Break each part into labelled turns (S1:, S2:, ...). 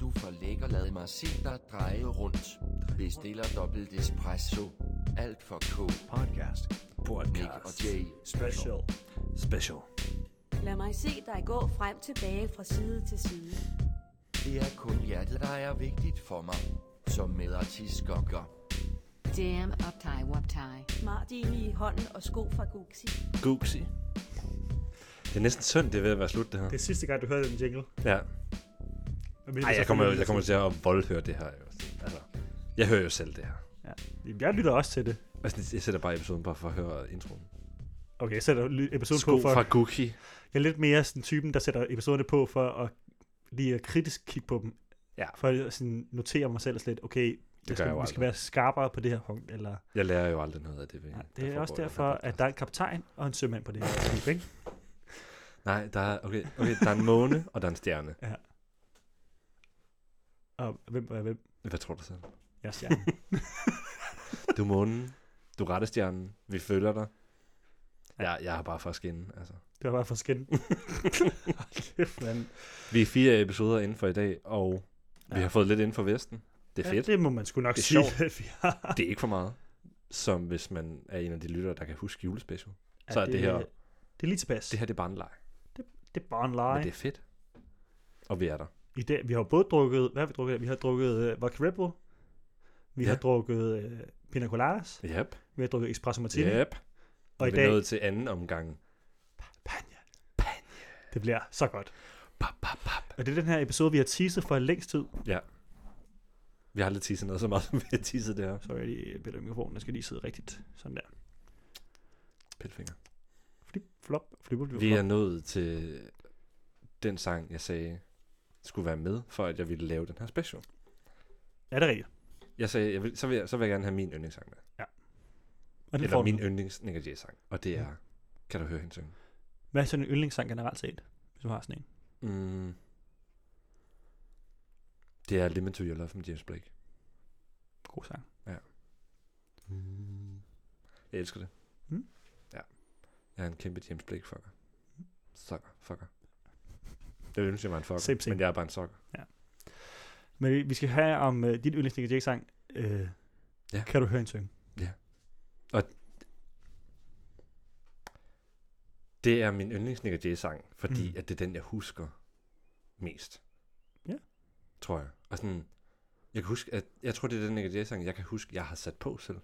S1: Du for lækker lad mig se dig dreje rundt. Bestiller dobbelt espresso. Alt for k.
S2: Podcast.
S1: Nick og Jay.
S2: Special. Special.
S3: Lad mig se dig gå frem tilbage fra side til side.
S1: Det er kun hjertet, der er vigtigt for mig. Som medartist gokker.
S4: Damn uptie wuptie.
S3: Martin i hånden og sko fra Gucci.
S2: Guxi.
S5: Det er næsten synd, det er ved at være slut, det her.
S6: Det er sidste gang, du hører den jingle.
S5: Ja.
S6: Men mindre,
S5: Ej, jeg
S6: så
S5: kommer,
S6: følger vi
S5: jeg
S6: med
S5: kommer til at voldhøre det her. jo. Altså, jeg hører jo selv det her.
S6: Ja. Jamen, Jeg lytter også til det.
S5: Altså, Jeg sætter bare episoden bare for at høre introen.
S6: Okay, jeg sætter ly- episoden
S5: Sko
S6: på for...
S5: fra Guki.
S6: Jeg er lidt mere sådan typen, der sætter episoderne på for at lige at kritisk kigge på dem.
S5: Ja.
S6: For at sådan notere mig selv slet, okay, jeg
S5: gør
S6: skal,
S5: jeg jo
S6: vi skal
S5: aldrig.
S6: være skarpere på det her punkt. Eller...
S5: Jeg lærer jo aldrig noget af det. Ved,
S6: Nej,
S5: der
S6: det er også
S5: foregår i den
S6: derfor,
S5: her podcast.
S6: at der er en kaptajn og en sømand på det her skib, ikke?
S5: Nej, der er, okay, okay, der er en måne, og der er en stjerne.
S6: Og hvem er hvem?
S5: Hvad tror du selv?
S6: Jeg er stjernen.
S5: Du er månen, du er rettestjernen, vi følger dig. Jeg, jeg har bare for at skinne, altså.
S6: Det var bare for skin. Hold kæft, mand.
S5: Vi er fire episoder inden for i dag, og ja. vi
S6: Ja.
S5: har fået lidt inden for Vesten. Det er fedt.
S6: Ja, det må man sgu nok
S5: Det er
S6: sige,
S5: sjovt.
S6: at vi har.
S5: Det er ikke for meget. Som hvis man er en af de lyttere, der kan huske julespecial. Så
S6: Ja,
S5: er det her-
S6: Det er lige tilpas.
S5: Det
S6: Det,
S5: her, det er bare en leg.
S6: det er bare en leg.
S5: Men det er fedt. Og vi er der.
S6: I dag, vi har jo både drukket, hvad har vi drukket? Vi har drukket uh, vodka Red Bull. Vi
S5: Ja.
S6: ja. har drukket uh, pina coladas.
S5: Yep.
S6: Vi har drukket espresso martini.
S5: Yep.
S6: Og i
S5: vi er
S6: dag,
S5: nået til anden omgang.
S6: Panja. Det bliver så godt. Og det er den her episode, vi har teaset for længst tid.
S5: Vi har aldrig tisset noget så meget, som vi har tisset det her.
S6: Så jeg lige bedre mikrofonen, den skal lige sidde rigtigt. Sådan der.
S5: Pilfinger.
S6: Flip, flop, flip, flip, flop.
S5: Vi er nået til den sang, jeg sagde skulle være med, for at jeg ville lave den her special.
S6: Er det rigtigt?
S5: Jeg sagde, jeg vil, så, vil jeg, så vil jeg gerne have min yndlingssang med.
S6: Og den
S5: Eller
S6: får
S5: min
S6: min...
S5: yndlings Nick Jay sang. Og det er, kan du høre hende synge?
S6: Hvad er sådan en yndlingssang generelt set? Hvis du har sådan en.
S5: Mm. Det er Limit to Your Love med James Blake.
S6: God sang.
S5: Mm. Jeg elsker det.
S6: Mm.
S5: Ja. Jeg er en kæmpe James Blake fucker. Sucker, fucker. Det ønsker jeg var en fucker,
S6: Same, same.
S5: men jeg er bare en sucker.
S6: Men vi- vi skal have om uh, dit yndlings Nick Jay sang. Uh,
S5: Ja.
S6: ja. Kan du høre en synge?
S5: Det er min yndlings Nick Jay sang, fordi mm.
S6: Mm.
S5: at det er den, jeg husker mest.
S6: Ja.
S5: Tror jeg. Og sådan, jeg kan huske, at jeg tror, det er den Nick Jay sang, jeg kan huske, jeg har sat på selv.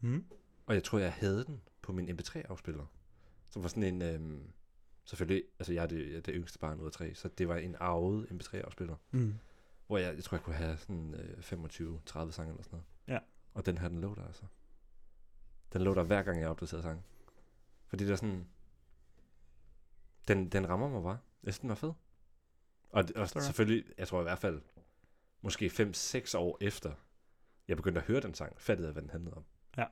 S6: Mm.
S5: Og jeg tror, jeg havde den på min MP3-afspiller. Som var sådan en... Øhm, selvfølgelig, altså jeg er det, jeg er det yngste barn ud af tre, så det var en arvet MP3-afspiller.
S6: Mm.
S5: Hvor jeg, jeg tror, jeg kunne have sådan øh, 25-30 sange eller sådan noget.
S6: Ja.
S5: Og den her, den lå der altså. Den lå der hver gang, jeg opdaterede sange. Fordi der sådan... Den, den rammer mig bare. Jeg synes, den var fed. Og, og
S6: Forstår jeg.
S5: selvfølgelig, jeg tror i hvert fald, måske 5-6 år efter, jeg begyndte at høre den sang, fattede jeg, hvad den handlede om.
S6: Ja.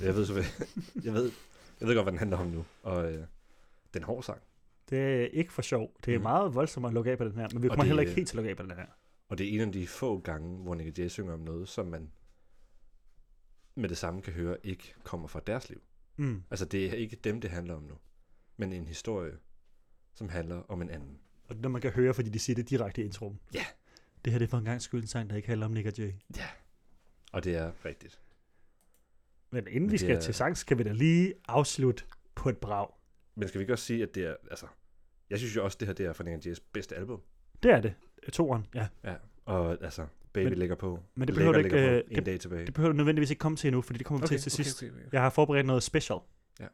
S5: Jeg ved, så, jeg ved, jeg ved godt, hvad den handler om nu. Og øh, den hårde sang.
S6: Det er ikke for sjov. Det er
S5: Mhm.
S6: mm. meget voldsomt at lukke af på den her, men vi
S5: Og
S6: kommer
S5: det-
S6: heller ikke helt til at lukke af på den her.
S5: Og det er en af de få gange, hvor Nick Jay synger om noget, som man med det samme kan høre ikke kommer fra deres liv.
S6: Mm.
S5: Altså det er ikke dem, det handler om nu, men en historie, som handler om en anden.
S6: Og det er, man kan høre, fordi de siger det direkte i introen.
S5: Ja.
S6: Det her det er for en gang skyld en sang, der ikke handler om Nick og Jay.
S5: Og det er rigtigt.
S6: Men inden Men vi
S5: det
S6: skal
S5: er-
S6: er... til sang, skal vi da lige afslutte på et brag.
S5: Men skal vi ikke også sige, at det er, altså, jeg synes jo også, det her det er fra Nick Jays bedste album.
S6: Det er det. Toren, ja.
S5: Ja. Og altså, Baby
S6: Men-
S5: ligger på.
S6: men det
S5: Lækker
S6: behøver du ikke,
S5: ligger
S6: øh,
S5: På, en dag tilbage.
S6: Det behøver du nødvendigvis ikke komme til endnu, fordi det kommer okay, til til sidst. Okay,
S5: okay.
S6: okay. Jeg har forberedt noget special.
S5: Ja.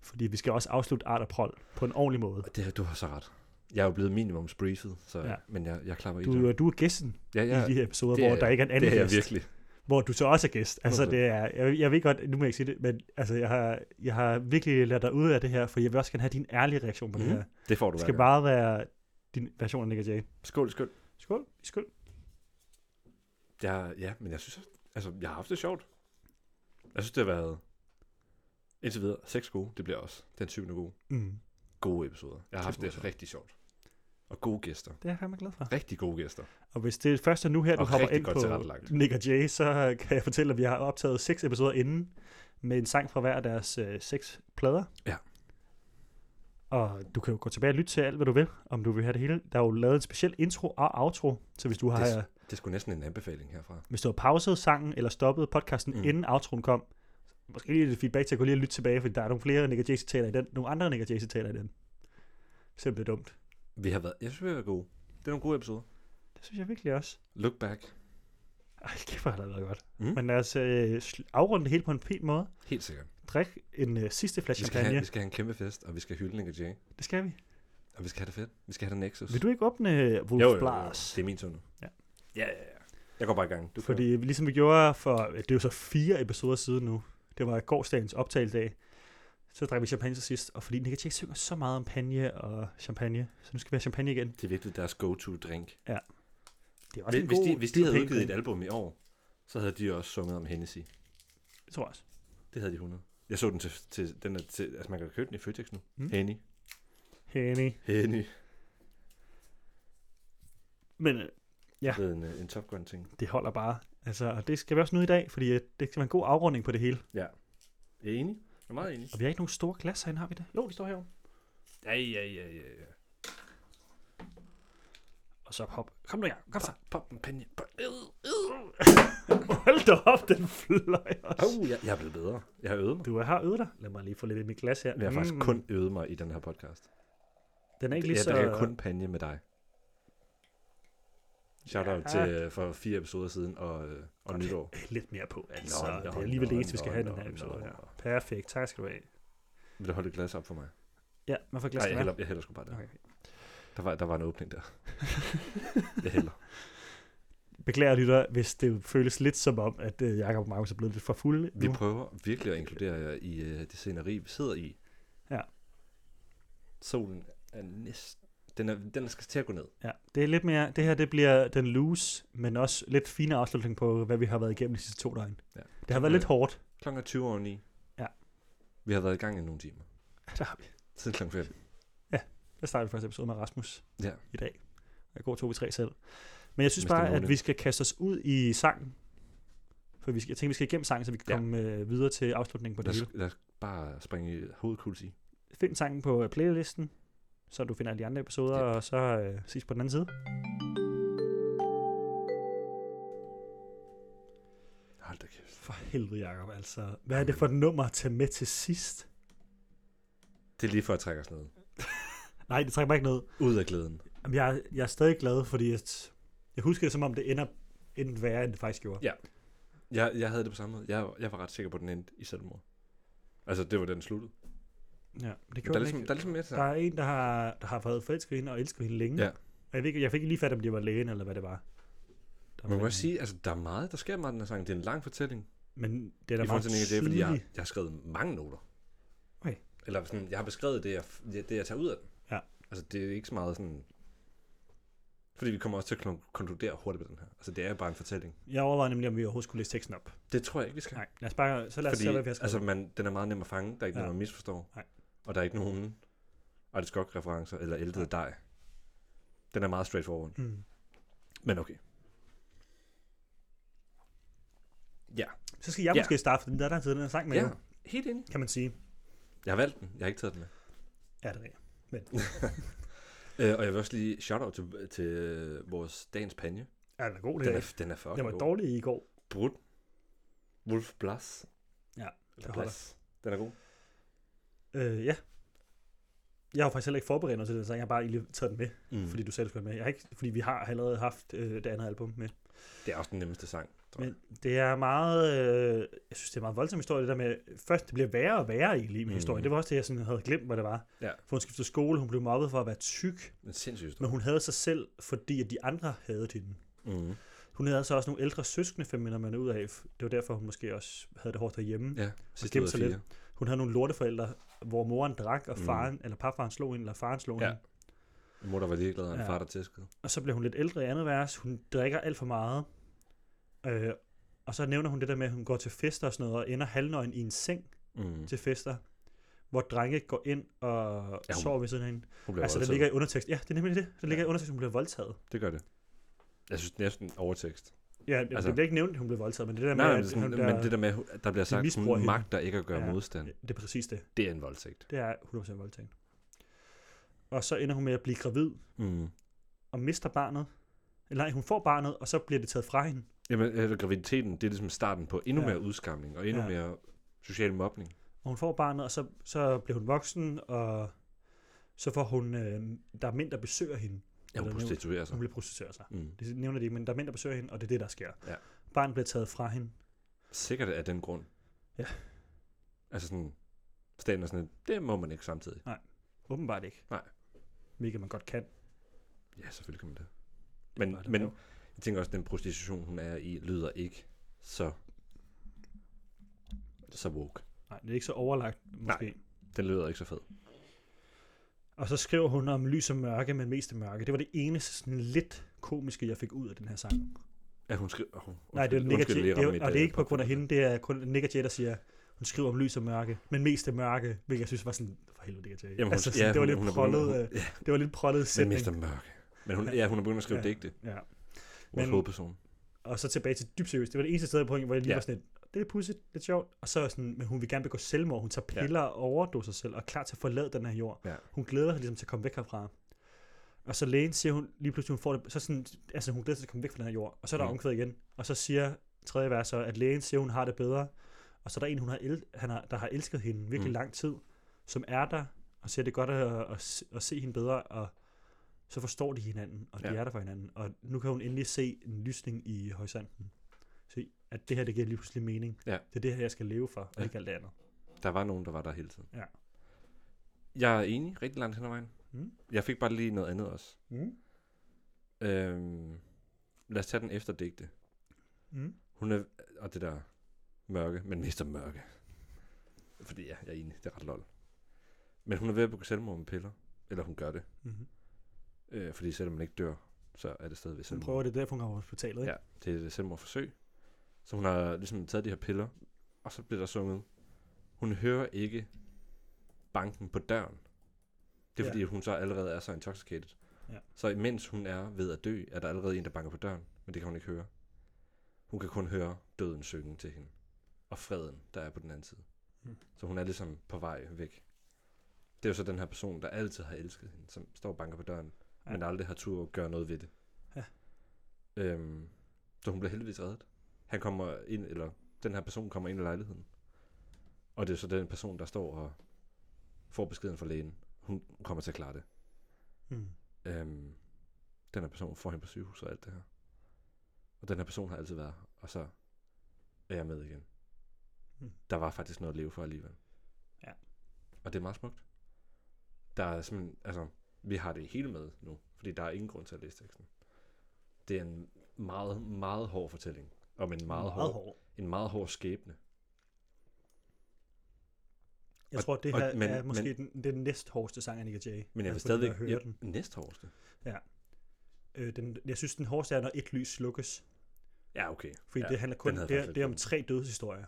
S6: Fordi vi skal også afslutte Art og Prol på en ordentlig måde.
S5: Og Det, du har så ret. Jeg er jo blevet minimumsbriefet, så,
S6: Ja.
S5: ja. men jeg, jeg klapper i
S6: Du,
S5: det.
S6: er- du er gæsten
S5: ja,
S6: ja,
S5: ja,
S6: i de her episoder,
S5: det er
S6: hvor der
S5: jeg.
S6: ikke er en anden
S5: det er jeg
S6: gæst.
S5: virkelig.
S6: hvor du så også er gæst. Altså,
S5: Okay.
S6: det er, jeg, jeg ved godt, nu må jeg ikke sige det, men altså, jeg, har, jeg har virkelig lært dig ud af det her, for jeg vil også gerne have din ærlige reaktion på mm. det
S5: Mhm.
S6: her.
S5: Det får du
S6: Det
S5: hver
S6: skal
S5: gang.
S6: bare være din version af Nick og Jay.
S5: Skål, skål.
S6: Skål, skål.
S5: Jeg, ja, men jeg synes, også- altså, jeg har haft det sjovt. Jeg synes, det har været indtil videre seks gode. Det bliver også den syvende gode.
S6: Mm.
S5: Gode episoder. Jeg har haft
S6: Syv gode
S5: det rigtig sjovt. Og gode gæster.
S6: Det er jeg fandme glad for.
S5: Rigtig gode gæster.
S6: Og hvis det er først og nu her, du
S5: Og
S6: hopper
S5: rigtig
S6: ind
S5: godt
S6: på
S5: tilrettelagt.
S6: Nick og Jay, så kan jeg fortælle, at vi har optaget seks episoder inden med en sang fra hver af deres øh, seks plader.
S5: Ja.
S6: Og du kan jo gå tilbage og lytte til alt, hvad du vil, om du vil have det hele. Der er jo lavet en speciel intro og outro, så hvis du har,
S5: Det-
S6: øh,
S5: Det er sgu næsten en anbefaling herfra.
S6: hvis du har pauset sangen eller stoppet podcasten, mm.
S5: Mm.
S6: inden outroen kom, måske lige lidt feedback til at gå lige og lytte tilbage, fordi der er nogle flere Nick jay citater i den, nogle andre Nick jay citater i den. Selvom det er dumt.
S5: Vi har været, jeg synes, vi har været gode. Det er nogle gode episoder.
S6: Det synes jeg virkelig også.
S5: Look back.
S6: Ej, kæft, hvor har det været godt. Mm.
S5: Mm.
S6: Men lad os øh, sl- afrunde det hele på en pæn måde.
S5: Helt sikkert.
S6: Drik en øh, sidste flaske
S5: Vi skal, have,
S6: champagne.
S5: vi skal have en kæmpe fest, og vi skal hylde Nick Jay.
S6: Det skal vi.
S5: Og vi skal have det fedt. Vi skal have det Nexus.
S6: Vil du ikke åbne Wolf Blast?
S5: Det er min tur nu.
S6: Ja.
S5: Ja, ja, ja. Jeg går bare i gang. Du
S6: Fordi ligesom vi gjorde for, det er jo så fire episoder siden nu, det var gårdsdagens optageldag, så drak vi champagne til sidst, og fordi Nick Jay synger så meget om panje og champagne, så nu skal vi have champagne igen.
S5: Det er virkelig deres go-to-drink.
S6: Det er
S5: Hvis,
S6: en
S5: hvis, de,
S6: god-
S5: hvis
S6: det
S5: de
S6: er
S5: havde
S6: pæn
S5: udgivet et
S6: drink.
S5: album i år, så havde de også sunget om Hennessy.
S6: Jeg tror jeg også.
S5: Det havde de 100. Jeg så den til, til, den er til altså man kan købe den i Føtex nu.
S6: Mm.
S5: Mm. Henny.
S6: Henny.
S5: Henny.
S6: Men øh, Ja.
S5: Det er en, øh, en Top Gun ting.
S6: det holder bare. Altså, og det skal vi også nyde i dag, fordi øh, det skal være en god afrunding på det hele.
S5: Jeg er enig. Jeg er meget enig.
S6: Og vi har ikke nogen store glas herinde, har vi det? Jo, det står herovre.
S5: Ja, ja, ja, ja. ja.
S6: Og så hop. Kom nu, ja. Kom så.
S5: Pop en panje. Pop.
S6: Øh, Hold da op, den fløj også.
S5: Oh, jeg, jeg er blevet bedre. Jeg har øvet mig.
S6: Du er her øvet dig. Lad mig lige få lidt i mit glas her.
S5: Jeg har faktisk
S6: Mm.
S5: kun øvet mig i den her podcast.
S6: Den er ikke
S5: Jeg,
S6: lige så...
S5: drikker kun panje med dig. Shout out
S6: Ja.
S5: ja. til øh, for fire episoder siden og, øh, og
S6: Godt.
S5: nytår.
S6: lidt mere på, altså.
S5: Nå,
S6: Nå, det
S5: nå,
S6: er alligevel det
S5: nå,
S6: eneste, vi skal
S5: nå,
S6: have i den
S5: nå,
S6: her episode
S5: nå.
S6: her. Perfekt, tak skal du have.
S5: Vil du holde et glas op for mig?
S6: Ja, man får
S5: Nej,
S6: glas
S5: jeg
S6: til
S5: hælder,
S6: vand.
S5: jeg hælder sgu bare der.
S6: Okay.
S5: Der var, der var en åbning der. jeg hælder.
S6: Beklager lytter, hvis det føles lidt som om, at øh, Jakob og Markus er blevet lidt for fulde.
S5: Vi
S6: nu.
S5: prøver virkelig at inkludere jer i øh, det sceneri, vi sidder i.
S6: Ja.
S5: Solen er næsten... Den, er, den skal til at gå ned.
S6: Ja, det er lidt mere, det her det bliver den loose, men også lidt fine afslutning på, hvad vi har været igennem de sidste to døgn.
S5: Ja.
S6: Det har været lidt hårdt.
S5: Klokken er 20 over 9.
S6: Ja.
S5: Vi har været i gang i nogle timer.
S6: Der har vi.
S5: Siden klokken 5.
S6: Der starter vi første episode med Rasmus
S5: Ja.
S6: i dag. Jeg går 2 3 selv. Men jeg synes
S5: Mr.
S6: bare, at
S5: Nolan.
S6: vi skal kaste os ud i sangen. For vi skal, jeg tænker, vi skal igennem sangen, så vi kan
S5: Ja.
S6: komme øh, videre til afslutningen på det
S5: Lad
S6: hele.
S5: os, lad os bare springe i hovedkuls i.
S6: find sangen på øh, playlisten, så du finder alle de andre episoder,
S5: Yep.
S6: og så øh, ses på den anden side.
S5: Hold da kæft.
S6: For helvede, Jacob, altså. Hvad er det for et nummer at tage med til sidst?
S5: Det er lige for at trække os ned.
S6: Nej, det trækker mig ikke ned.
S5: Ud af glæden.
S6: Jamen, jeg, er- jeg er stadig glad, fordi at, jeg husker det, som om det ender enten værre, end det faktisk gjorde.
S5: Ja. Jeg, jeg havde det på samme måde. Jeg, jeg var ret sikker på, at den endte i selvmord. Altså, det var den sluttede.
S6: ja det
S5: Men Der
S6: gjorde
S5: er,
S6: det
S5: ligesom,
S6: ikke.
S5: der er ligesom mere til
S6: Der er en, der har, der har været forelsket i hende og elsket hende længe.
S5: Ja.
S6: Og Jeg, ved, ikke- jeg fik ikke lige fat, om det var lægen, eller hvad det var. Der
S5: Man
S6: var
S5: må
S6: en-
S5: også sige, altså, der er meget, der sker meget i den her sang. Det er en lang fortælling.
S6: Men det er
S5: I
S6: da
S5: forhold
S6: meget
S5: til Nick Jay, fordi
S6: tydeligt.
S5: jeg, jeg har skrevet mange noter.
S6: Okay.
S5: Eller sådan, jeg har beskrevet det, jeg, det, jeg tager ud af den.
S6: Ja.
S5: Altså, det er ikke så meget sådan... Fordi vi kommer også til at klon- konkludere hurtigt på den her. Altså, det er bare en fortælling.
S6: Jeg overvejede nemlig, om vi overhovedet skulle læse teksten op.
S5: Det tror jeg ikke, vi skal.
S6: Nej, lad os bare, så lad os
S5: fordi,
S6: se, hvad vi har skrevet.
S5: altså, man, den er meget nem at fange. Der er ikke
S6: Ja.
S5: ja. nogen, man misforstår.
S6: Nej.
S5: Og der er ikke nogen Artis referencer eller ældre
S6: Nej.
S5: dig. Den er meget straightforward.
S6: Mm.
S5: Men okay. Ja.
S6: Så skal jeg
S5: Ja.
S6: måske starte, for den der, der har taget den her sang med,
S5: ja.
S6: ja.
S5: Helt enig.
S6: kan man sige.
S5: Jeg har valgt den. Jeg har ikke taget den med.
S6: Ja, det er rigtigt.
S5: Øh, og jeg vil også lige shout-out til, til øh, vores dagens panje.
S6: Ja, den er god, det
S5: Den
S6: her.
S5: er, den er fucking
S6: Den var
S5: god.
S6: dårlig i går.
S5: Brut. Wolf Blas.
S6: Ja,
S5: Eller
S6: det holder.
S5: Blas. Den er god.
S6: Øh, ja. Jeg har jo faktisk heller ikke forberedt mig til den sang, jeg har bare lige taget den med,
S5: Mm.
S6: fordi
S5: Fordi
S6: du selv skulle have den med. Jeg har ikke, fordi vi har allerede haft øh, det andet album med.
S5: det er også den nemmeste sang. Tror jeg.
S6: Men det er meget, øh, jeg synes, det er en meget voldsom historie, det der med, først det bliver værre og værre egentlig med mm.
S5: Mhm.
S6: historien. Det var også det, jeg sådan havde glemt, hvad det var.
S5: Ja.
S6: For hun skiftede skole, hun blev mobbet for at være tyk,
S5: Men sindssygt stor.
S6: men hun havde sig selv, fordi at de andre havde hende.
S5: Mm.
S6: Hun havde altså også nogle ældre søskende, finder man ud af. Det var derfor, hun måske også havde det hårdt derhjemme.
S5: Ja, sidste
S6: gemte
S5: ud af
S6: sig lidt.
S5: fire.
S6: Hun havde nogle lorteforældre, hvor moren drak, og
S5: Mm.
S6: faren, mm. eller papfaren slog hende, eller faren slog
S5: Ja.
S6: hende.
S5: En mor, der var ligeglad, og en
S6: Ja.
S5: ja. far, der tæskede.
S6: Og så bliver hun lidt ældre i andet vers. Hun drikker alt for meget. Øh, og så nævner hun det der med, at hun går til fester og sådan noget, og ender halvnøgen i en seng
S5: Mm.
S6: til fester, hvor drenge går ind og ja,
S5: Ja, hun
S6: sover ved siden af hende.
S5: Hun blev
S6: Altså, der ligger i undertekst. Ja, det er nemlig det. Der ligger
S5: Ja.
S6: i undertekst, hun bliver voldtaget.
S5: Det gør det. Jeg synes næsten overtekst.
S6: Ja, altså,
S5: Altså-
S6: det bliver ikke nævnt, at hun blev voldtaget, men det der med,
S5: Nej, men,
S6: at
S5: sådan,
S6: hun
S5: men,
S6: bliver,
S5: det der med, at der bliver sagt,
S6: misbruger
S5: hun
S6: hende.
S5: magter ikke at gøre
S6: Ja.
S5: modstand.
S6: det er præcis det.
S5: Det er en voldtægt.
S6: Det er 100% voldtægt. og så ender hun med at blive gravid
S5: Mm.
S6: og mister barnet. Eller nej, hun får barnet, og så bliver det taget fra hende.
S5: Jamen, altså, graviditeten, det er ligesom starten på endnu
S6: Ja.
S5: mere udskamning og endnu
S6: Ja.
S5: mere social mobning.
S6: Og hun får barnet, og så, så bliver hun voksen, og så får hun... Øh, der er mænd, der besøger hende.
S5: Ja, hun
S6: Eller
S5: prostituerer sig.
S6: Hun bliver prostitueret sig.
S5: Mm.
S6: Det nævner de ikke, men der er mænd, der besøger hende, og det er det, der sker.
S5: Ja.
S6: Barnet bliver taget fra hende.
S5: Sikkert af den grund.
S6: Ja.
S5: Altså sådan, staten er sådan, lidt, det må man ikke samtidig.
S6: Åbenbart ikke.
S5: Nej.
S6: Hvilket man godt kan.
S5: Ja, selvfølgelig kan man det. Men,
S6: bare det,
S5: men
S6: jo.
S5: jeg tænker også, at den prostitution, hun er i, lyder ikke så, så woke.
S6: Nej, det er ikke så overlagt, måske. Nej.
S5: Den lyder ikke så fed.
S6: Og så skriver hun om lys og mørke, men mest om mørke. Det var det eneste sådan lidt komiske, jeg fik ud af den her sang.
S5: Ja, hun skriver... Oh,
S6: Nej, det er Nick og Jay. Det er,
S5: øh,
S6: og det er ikke på grund af hende, det er kun Nick og Jay, der siger, hun skriver om lys og mørke, men mest af mørke, hvilket jeg synes var sådan, for helvede, Nick og Jay.
S5: Jamen, hun,
S6: altså,
S5: altså,
S6: sådan,
S5: ja,
S6: det var
S5: hun,
S6: lidt
S5: hun er
S6: prollet,
S5: begyndt-
S6: øh, det var lidt prollet
S5: Men
S6: sætning.
S5: Mr. Mørke. Men hun, ja, hun er begyndt at skrive
S6: Ja.
S5: ja. digte.
S6: Ja.
S5: Vores
S6: Men-
S5: hovedperson.
S6: Og så tilbage til dybt seriøst. Det var det eneste sted på, hvor jeg lige ja.
S5: Ja.
S6: var sådan lidt, det er pudsigt, lidt sjovt. Og så er sådan, men hun vil gerne begå selvmord. Hun tager
S5: Ja.
S6: piller ja. og overdoser sig selv, og er klar til at forlade den her jord.
S5: Ja.
S6: Hun glæder sig ligesom til at komme væk herfra. Og så lægen siger hun, lige pludselig hun får det, så sådan, altså hun glæder sig til at komme væk fra den her jord. Og så er der
S5: Mm.
S6: mm. omkvæd igen. Og så siger tredje vers, så, at lægen siger, hun har det bedre. Og så er der en, hun har el- han har, der har elsket hende virkelig
S5: Mm.
S6: mm. lang tid, som er der, og siger, det er godt at, at, se- at se hende bedre, og så forstår de hinanden, og de
S5: Ja.
S6: er der for hinanden. Og nu kan hun endelig se en lysning i horisonten. Se, at det her, det giver lige pludselig mening.
S5: Ja.
S6: Det er det her, jeg skal leve for, og
S5: Ja.
S6: ja. ikke alt det andet.
S5: Der var nogen, der var der hele tiden.
S6: Ja.
S5: Jeg er enig rigtig langt hen ad vejen.
S6: Mm.
S5: Jeg fik bare lige noget andet også.
S6: Mm.
S5: Øhm, lad os tage den efter digte.
S6: Mm.
S5: Hun er... Og det der mørke, men mest om mørke. Fordi ja, jeg er enig, det er ret lol. Men hun er ved at begå selvmord med piller. Eller hun gør det.
S6: Mm-hmm.
S5: Øh, fordi selvom man ikke dør, så er det stadigvæk
S6: Hun
S5: selvmord.
S6: prøver det, derfor hun kommer på hospitalet. Ikke?
S5: Ja, det er et selvmordforsøg. Så hun har ligesom taget de her piller, og så bliver der sunget. Hun hører ikke banken på døren. Det er
S6: Ja.
S5: fordi, hun så allerede er så intoxicated.
S6: Ja.
S5: Så imens hun er ved at dø, er der allerede en, der banker på døren, men det kan hun ikke høre. Hun kan kun høre døden synge til hende, og freden, der er på den anden side.
S6: Mm.
S5: Så hun er ligesom på vej væk. Det er jo så den her person, der altid har elsket hende, som står og banker på døren,
S6: Ja.
S5: ja. men aldrig har tur at gøre noget ved det.
S6: Ja.
S5: Øhm, så hun bliver heldigvis reddet. Han kommer ind, eller den her person kommer ind i lejligheden. Og det er så den person, der står og får beskeden fra lægen. Hun kommer til at klare det.
S6: Mm.
S5: Øhm, den her person får hende på sygehus og alt det her. Og den her person har altid været her, og så er jeg med igen.
S6: Mm.
S5: Der var faktisk noget at leve for alligevel.
S6: Ja.
S5: Og det er meget smukt. Der er simpelthen, altså, vi har det hele med nu, fordi der er ingen grund til at læse teksten. Det er en meget, meget hård fortælling om en meget, meget hård, hård. en meget hård skæbne.
S6: Jeg
S5: Og-
S6: tror, det
S5: og-
S6: her
S5: men-
S6: er måske men, den, den næst hårdeste sang af Nick Jay. Altså,
S5: Men jeg vil stadigvæk
S6: høre
S5: jeg,
S6: den.
S5: næst hårdeste.
S6: Øh, den. Jeg synes, den hårdeste er, når et lys slukkes.
S5: Ja, okay.
S6: Fordi
S5: ja.
S6: ja, det handler kun
S5: den havde
S6: det, er-
S5: faktisk
S6: det er om
S5: lidt
S6: tre dødshistorier.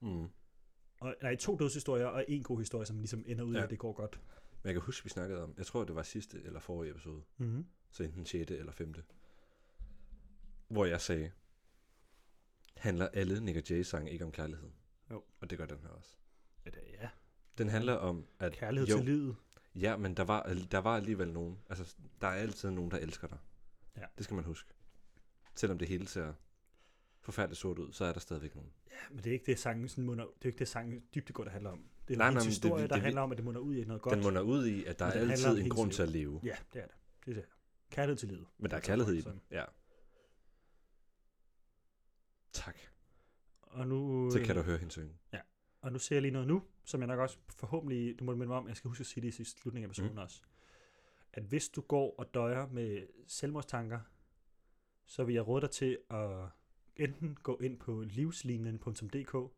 S5: Mm.
S6: Og, nej, to dødshistorier og en god historie, som ligesom ender ud af,
S5: Ja.
S6: ja. at det går godt.
S5: Men jeg kan huske, vi snakkede om, jeg tror, det var sidste eller forrige episode,
S6: Mm-hmm.
S5: så enten 6. eller 5. Hvor jeg sagde, handler alle Nick Jay sange ikke om kærlighed?
S6: Jo.
S5: Og det gør den her også.
S6: Ja,
S5: Den handler om, at...
S6: kærlighed
S5: jo,
S6: til livet.
S5: Ja, men der var, al- der var alligevel nogen. Altså, der er altid nogen, der elsker dig.
S6: Ja.
S5: Det skal man huske. Selvom det hele ser forfærdeligt sort ud, så er der stadigvæk nogen.
S6: Ja, men det er ikke det, sangen sådan munder, det er ikke det, sangen dybtegående handler om. Det er nej, en
S5: Nej, nej, men
S6: nej,
S5: det-
S6: historie, det,
S5: det-
S6: der
S5: det-
S6: handler om, at det munder ud i noget godt.
S5: Den munder ud i, at der
S6: Men
S5: er
S6: den handler om
S5: altid en
S6: hendes
S5: grund
S6: liv.
S5: til at leve.
S6: Ja, det er det. Det er det. Kærlighed til livet.
S5: Men der er
S6: Så-
S5: kærlighed i
S6: sådan.
S5: den. Ja. Tak.
S6: Og nu,
S5: Så kan du høre hende synge.
S6: og nu ser jeg lige noget nu, som jeg nok også forhåbentlig, du må minde mig om, jeg skal huske at sige det i sidste- slutningen
S5: Mhm.
S6: af episoden mm. også, at hvis du går og døjer med selvmordstanker, så vil jeg råde dig til at enten gå ind på livslinjen.dk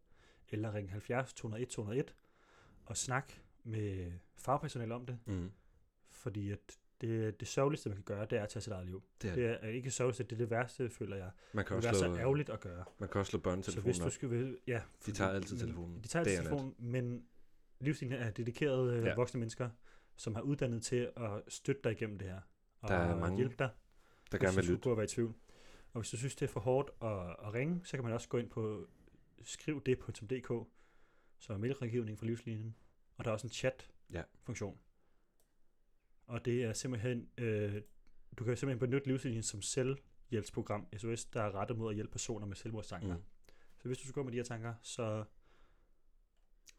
S6: eller ring 70 201 201 og snak med fagpersonale om det,
S5: Mm.
S6: fordi at det, det sørgeligste, man kan gøre, det er at tage sit eget liv.
S5: Det er, det
S6: Det er ikke sørgeligste, det er det værste, føler jeg.
S5: man, kan
S6: Det
S5: også
S6: er så
S5: slå,
S6: ærgerligt at gøre.
S5: man kan også slå
S6: Så
S5: børnetelefonen
S6: hvis du
S5: op.
S6: skal vælge, ja, fordi-
S5: tager altid
S6: men-
S5: telefonen,
S6: De tager altid
S5: dag og nat.
S6: telefonen, men livsstilen er dedikeret øh,
S5: Ja.
S6: ja. voksne mennesker, som har uddannet til at støtte dig igennem det her. Og
S5: Der er mange,
S6: hjælpe dig,
S5: Der
S6: hvis
S5: gerne
S6: du
S5: vil
S6: skulle
S5: lytte.
S6: gå og være i tvivl. Og hvis du synes, det er for hårdt at, at ringe, så kan man også gå ind på skriv det på .dk, som er mailrådgivning fra livslinjen. Og der er også en
S5: Ja.
S6: chat-funktion. Og det er simpelthen, øh, du kan simpelthen benytte livslinjen som selvhjælpsprogram, SOS, der er rettet mod at hjælpe personer med selvmordstanker. Mm.
S5: Mm.
S6: Så hvis du skulle gå med de her tanker, så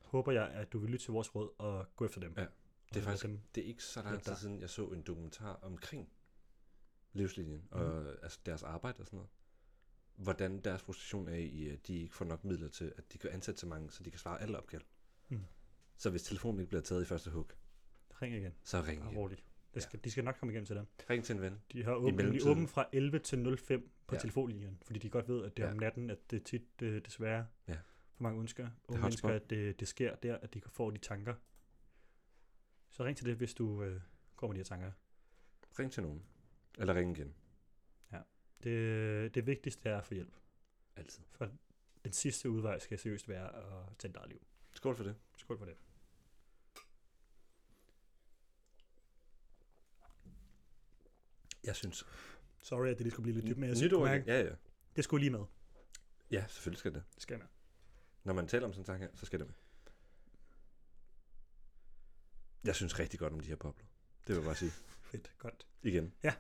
S6: håber jeg, at du vil lytte til vores råd og gå efter dem.
S5: Ja,
S6: Og lade
S5: faktisk-
S6: Dem.
S5: Det er ikke så lang
S6: Lidt
S5: tid
S6: der.
S5: siden, jeg så en dokumentar omkring livslinjen
S6: Mhm.
S5: og altså deres arbejde og sådan noget. Hvordan deres frustration er i, at de ikke får nok midler til, at de kan ansætte så mange, så de kan svare alle opgaver.
S6: Mm.
S5: Så hvis telefonen ikke bliver taget i første hug,
S6: Ring igen.
S5: så ring
S6: Bare
S5: igen.
S6: roligt. Det skal, De skal nok komme igennem til dem.
S5: Ring til en ven.
S6: De har åben, de er
S5: mellemtiden.
S6: åben fra 11 til 05 på
S5: Ja.
S6: ja. telefonlinjen, fordi de godt ved, at det er om
S5: Ja.
S6: natten, at det tit øh, desværre
S5: Ja.
S6: for mange ønsker, unge
S5: hotspot.
S6: mennesker, at øh, det, det sker der, at de får de tanker. Så ring til det, hvis du øh, går med de her tanker.
S5: Ring til nogen. Eller ring igen.
S6: Det, det vigtigste er at få hjælp.
S5: Altid.
S6: For den sidste udvej skal seriøst være at tage dit eget liv.
S5: Skål for det.
S6: Skål for det.
S5: Jeg synes.
S6: Sorry, at det lige skulle blive lidt dybt, men jeg
S5: Nytår
S6: mærke-
S5: igen. Ja, ja.
S6: det skulle lige med.
S5: Ja, selvfølgelig skal det.
S6: Det skal jeg med.
S5: Når man taler om sådan en tanke her, så skal det med. Jeg synes rigtig godt om de her bobler. Det vil jeg bare sige.
S6: Fedt, godt.
S5: Igen.
S6: Ja.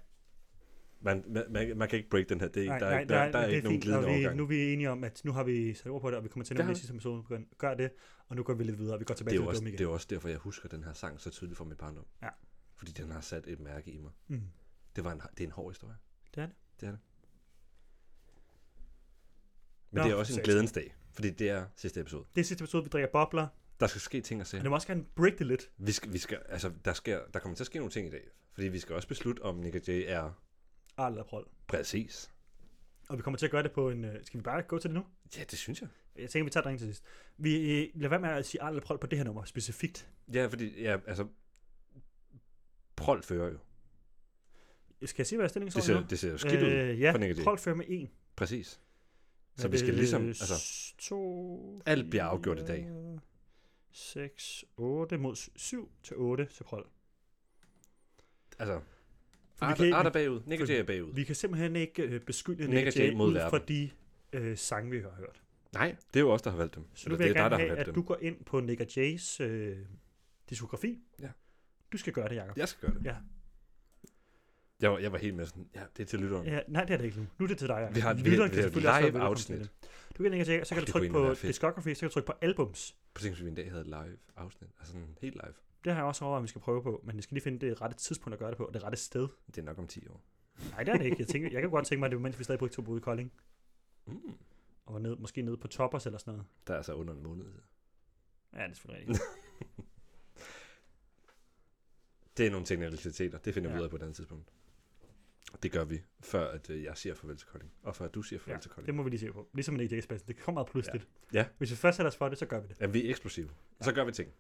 S5: Man, man- man, man kan ikke break den her. Det er, nej, der, nej, der, der, er
S6: det
S5: ikke nogen
S6: fint, og
S5: glidende
S6: vi,
S5: overgang.
S6: Nu er vi enige om, at nu har vi sat ord på det, og vi kommer til
S5: Det
S6: at
S5: har
S6: nævne
S5: vi.
S6: sidste episode. Gør- Gør det, og nu går vi lidt videre. Vi går tilbage
S5: det, er
S6: til det
S5: jo også,
S6: dumme
S5: det
S6: igen.
S5: er jo også derfor, jeg husker den her sang så tydeligt fra min barndom.
S6: Ja.
S5: Fordi den har sat et mærke i mig.
S6: Mm.
S5: Det, var en, det er en hård historie.
S6: Det er det.
S5: Det er det. Men
S6: Nå,
S5: det er også en
S6: satan.
S5: glædens dag. Fordi det er sidste episode.
S6: Det er sidste episode, vi drikker bobler,
S5: Der skal ske ting og
S6: og
S5: sager.
S6: du må også gerne break det lidt.
S5: Vi skal, vi skal, altså, der, sker, der kommer til at ske nogle ting i dag. Fordi vi skal også beslutte, om Nick og Jay er
S6: Arl og prol.
S5: præcis.
S6: Og vi kommer til at gøre det på en... øh, Skal vi bare gå til det nu?
S5: Ja, det synes jeg.
S6: Jeg tænker, vi tager drengen til sidst. Vi øh, lader være med at sige Arl og prol på det her nummer specifikt.
S5: Ja, fordi, ja, altså, Prol fører jo.
S6: Skal jeg se, hvad jeg stillingen
S5: Det
S6: står
S5: ser,
S6: nu?
S5: det ser jo skidt ud.
S6: øh, ja,
S5: for Nick og Jay.
S6: prol fører med en.
S5: Præcis. Så
S6: Er
S5: vi skal
S6: det
S5: ligesom, altså,
S6: s- to,
S5: alt bliver afgjort i dag.
S6: 6, 8 mod 7 til 8 til prol.
S5: altså,
S6: vi
S5: Art,
S6: kan ikke-
S5: Art er bagud, Nick og
S6: fordi-
S5: Jay er bagud.
S6: Vi kan simpelthen ikke øh, beskylde
S5: Nick
S6: Nick
S5: og Jay
S6: Jay
S5: mod
S6: ud
S5: verden.
S6: for de øh, sange, vi har hørt.
S5: Nej, det er jo os, der har valgt dem.
S6: Så nu vil
S5: Eller
S6: jeg
S5: det
S6: gerne
S5: er dig, der har
S6: have,
S5: valgt
S6: at
S5: dem.
S6: du går ind på Nick og Jays øh, diskografi.
S5: Ja.
S6: Du skal gøre det, Jacob.
S5: Jeg skal gøre det.
S6: Ja.
S5: Jeg var, jeg var helt med sådan, ja, det er til lytteren. Ja.
S6: Ja, nej, det er det ikke nu. Nu er det til dig, Jacob.
S5: Vi har- vi-
S6: Lytteren
S5: vi
S6: kan
S5: har et
S6: selvfølgelig også være
S5: live
S6: velkommen til
S5: afsnit.
S6: det. Du kan ind og Jay, og så kan
S5: Åh,
S6: du
S5: det
S6: trykke
S5: kunne egentlig
S6: på
S5: være fedt.
S6: discography, så kan du trykke på albums.
S5: På tænk, hvis vi en dag havde et live afsnit. Altså sådan helt live.
S6: Det har jeg også overvejet, at vi skal prøve på, men vi skal lige finde det rette tidspunkt at gøre det på, og det rette sted.
S5: Det er nok om 10 år.
S6: Nej, det er det ikke. Jeg, tænker, jeg kan godt tænke mig, at det var, mens vi stadig brugte to ude i Kolding,
S5: Mm.
S6: og var ned, måske nede på Toppers eller sådan noget.
S5: Der er altså under en måned.
S6: Ja, det er selvfølgelig rigtigt.
S5: Det er nogle teknikaliteter. Det finder vi
S6: Ja.
S5: ud af på et andet tidspunkt. Det gør vi, før at øh, jeg siger farvel til Kolding. Og før at du siger farvel
S6: Ja,
S5: til Kolding.
S6: det må vi lige se på. Ligesom en EDX-pladsen, det kommer meget pludseligt.
S5: Ja.
S6: Hvis vi først sætter os for det, så gør vi det.
S5: Ja, vi er eksplosive. Så gør vi ting.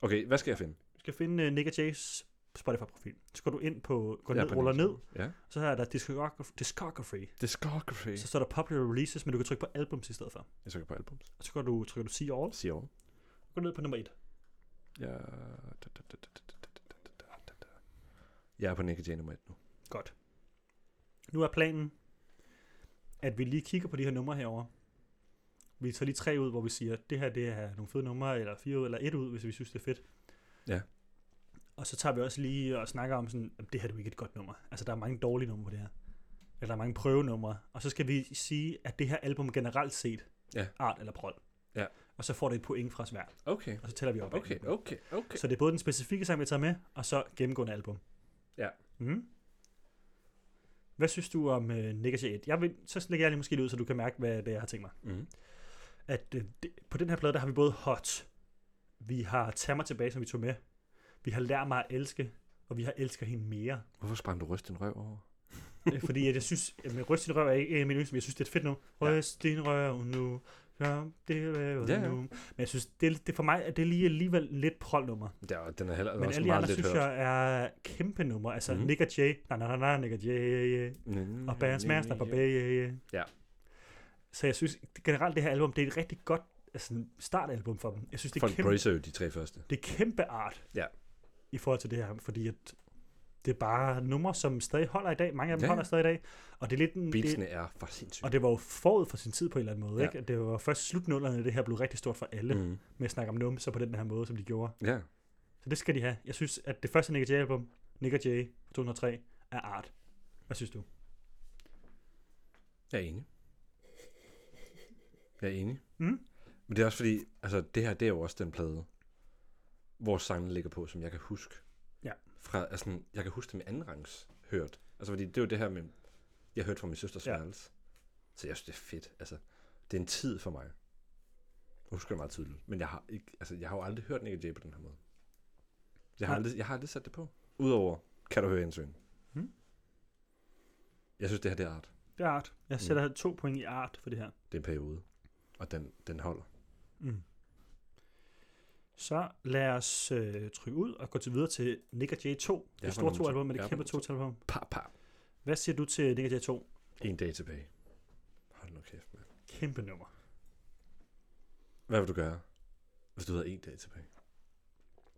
S5: Okay, hvad skal jeg finde?
S6: Vi skal finde uh, Nick Jays Spotify-profil. Så går du ind på, går
S5: Jeg
S6: ja,
S5: er
S6: ned,
S5: på
S6: ruller
S5: den.
S6: ned,
S5: Ja.
S6: så er der discograph- discography.
S5: Discography.
S6: Så står der popular releases, men du kan trykke på albums i stedet for.
S5: Jeg søger på albums.
S6: Og så går du, trykker du see all,
S5: Siger over.
S6: og går ned på nummer 1.
S5: Ja. Jeg er på Nick Jane nummer 1 nu.
S6: Godt. Nu er planen, at vi lige kigger på de her numre herover. Vi tager lige tre ud, hvor vi siger, at det her det er nogle fede numre, eller fire ud, eller et ud, hvis vi synes, det er fedt.
S5: Ja.
S6: Og så tager vi også lige og snakker om sådan, at det her det er jo ikke et godt nummer. Altså, der er mange dårlige numre på det her. Eller der er mange prøvenumre. Og så skal vi sige, at det her album generelt set,
S5: Ja.
S6: art eller prol.
S5: Ja.
S6: Og så får det et point fra os hver.
S5: Okay.
S6: Og så tæller vi op.
S5: Okay,
S6: ad.
S5: okay, okay.
S6: Så det er både den specifikke sang, vi tager med, og så gennemgående album.
S5: Ja.
S6: Mm. Hvad synes du om øh, Nick Jay 1? Jeg vil, så lægger jeg lige måske lige ud, så du kan mærke, hvad det er, jeg har tænkt mig.
S5: Mm.
S6: At øh, det, på den her plade, der har vi både Hot, vi har Tag mig tilbage, som vi tog med, vi har Lær mig at elske, og vi har Elsker hende mere.
S5: Hvorfor sprang du ryst din røv over?
S6: Øh, Fordi at jeg synes, at med Ryst din røv er ikke en af mine yndlings, men jeg synes, det er fedt nu.
S5: Ja.
S6: Ryst din røv nu, kom det røv
S5: Ja, ja.
S6: nu. Men jeg synes, det, det for mig er det lige alligevel lidt prolnummer.
S5: Ja, den er heller
S6: Men
S5: også
S6: alle de
S5: meget
S6: andre,
S5: lidt
S6: synes
S5: hørt.
S6: jeg, er kæmpe numre. Altså,
S5: Mhm.
S6: mm. Nick og Jay, na na na na, Nick og Jay,
S5: Mm,
S6: og Bands Master på
S5: ja.
S6: Bay.
S5: Ja.
S6: Så jeg synes generelt, det her album, det er et rigtig godt altså, en startalbum for dem. Jeg synes, det er,
S5: Folk
S6: kæmpe,
S5: bracer jo de tre første.
S6: det er kæmpe art
S5: Ja.
S6: i forhold til det her, fordi at det er bare numre, som stadig holder i dag. Mange af dem
S5: Ja,
S6: ja.
S5: ja.
S6: holder stadig i dag. Og det er lidt en, det,
S5: Beatsene er for sindssygt.
S6: og det var jo forud for sin tid på en eller anden måde.
S5: Ja.
S6: Ja. Ikke? Det var først slutnullerne, det her blev rigtig stort for alle, mm.
S5: mm.
S6: med at snakke om numse på den her måde, som de gjorde.
S5: Ja,
S6: Så det skal de have. Jeg synes, at det første Nick Jay-album, Nick og Jay fra 2003 er art. Hvad synes du?
S5: Jeg er enig. Jeg er enig.
S6: Mm.
S5: Men det er også fordi, altså det her, det er jo også den plade, hvor sangene ligger på, som jeg kan huske.
S6: Ja.
S5: Fra, altså, jeg kan huske det med anden rangs hørt. Altså fordi det er jo det her med, jeg hørte fra min søsters
S6: Ja.
S5: ja. værelse. Så jeg synes, det er fedt. Altså, det er en tid for mig. Jeg husker det meget tydeligt. Men jeg har, ikke, altså, jeg har jo aldrig hørt Nick Jay på den her måde. Jeg har,
S6: Nej.
S5: aldrig, jeg har aldrig sat det på. Udover, kan du høre hende synge?
S6: Mm.
S5: Jeg synes, det her det er art.
S6: Det er art. Jeg sætter mm. to point i art for det her.
S5: Det er en periode. Og den, den holder.
S6: Mm. Så lad os øh, trykke ud og gå til videre til Nick og Jay 2.
S5: Jeg er
S6: Det
S5: på
S6: store
S5: nummer
S6: to
S5: to.
S6: album, men det
S5: Jeg er på
S6: kæmpe
S5: nummer
S6: to
S5: to.
S6: album.
S5: Pa, pa.
S6: Hvad siger du til Nick og Jay 2?
S5: En dag tilbage. Hold nu kæft, mand.
S6: Kæmpe nummer.
S5: Hvad vil du gøre, hvis du havde en dag tilbage?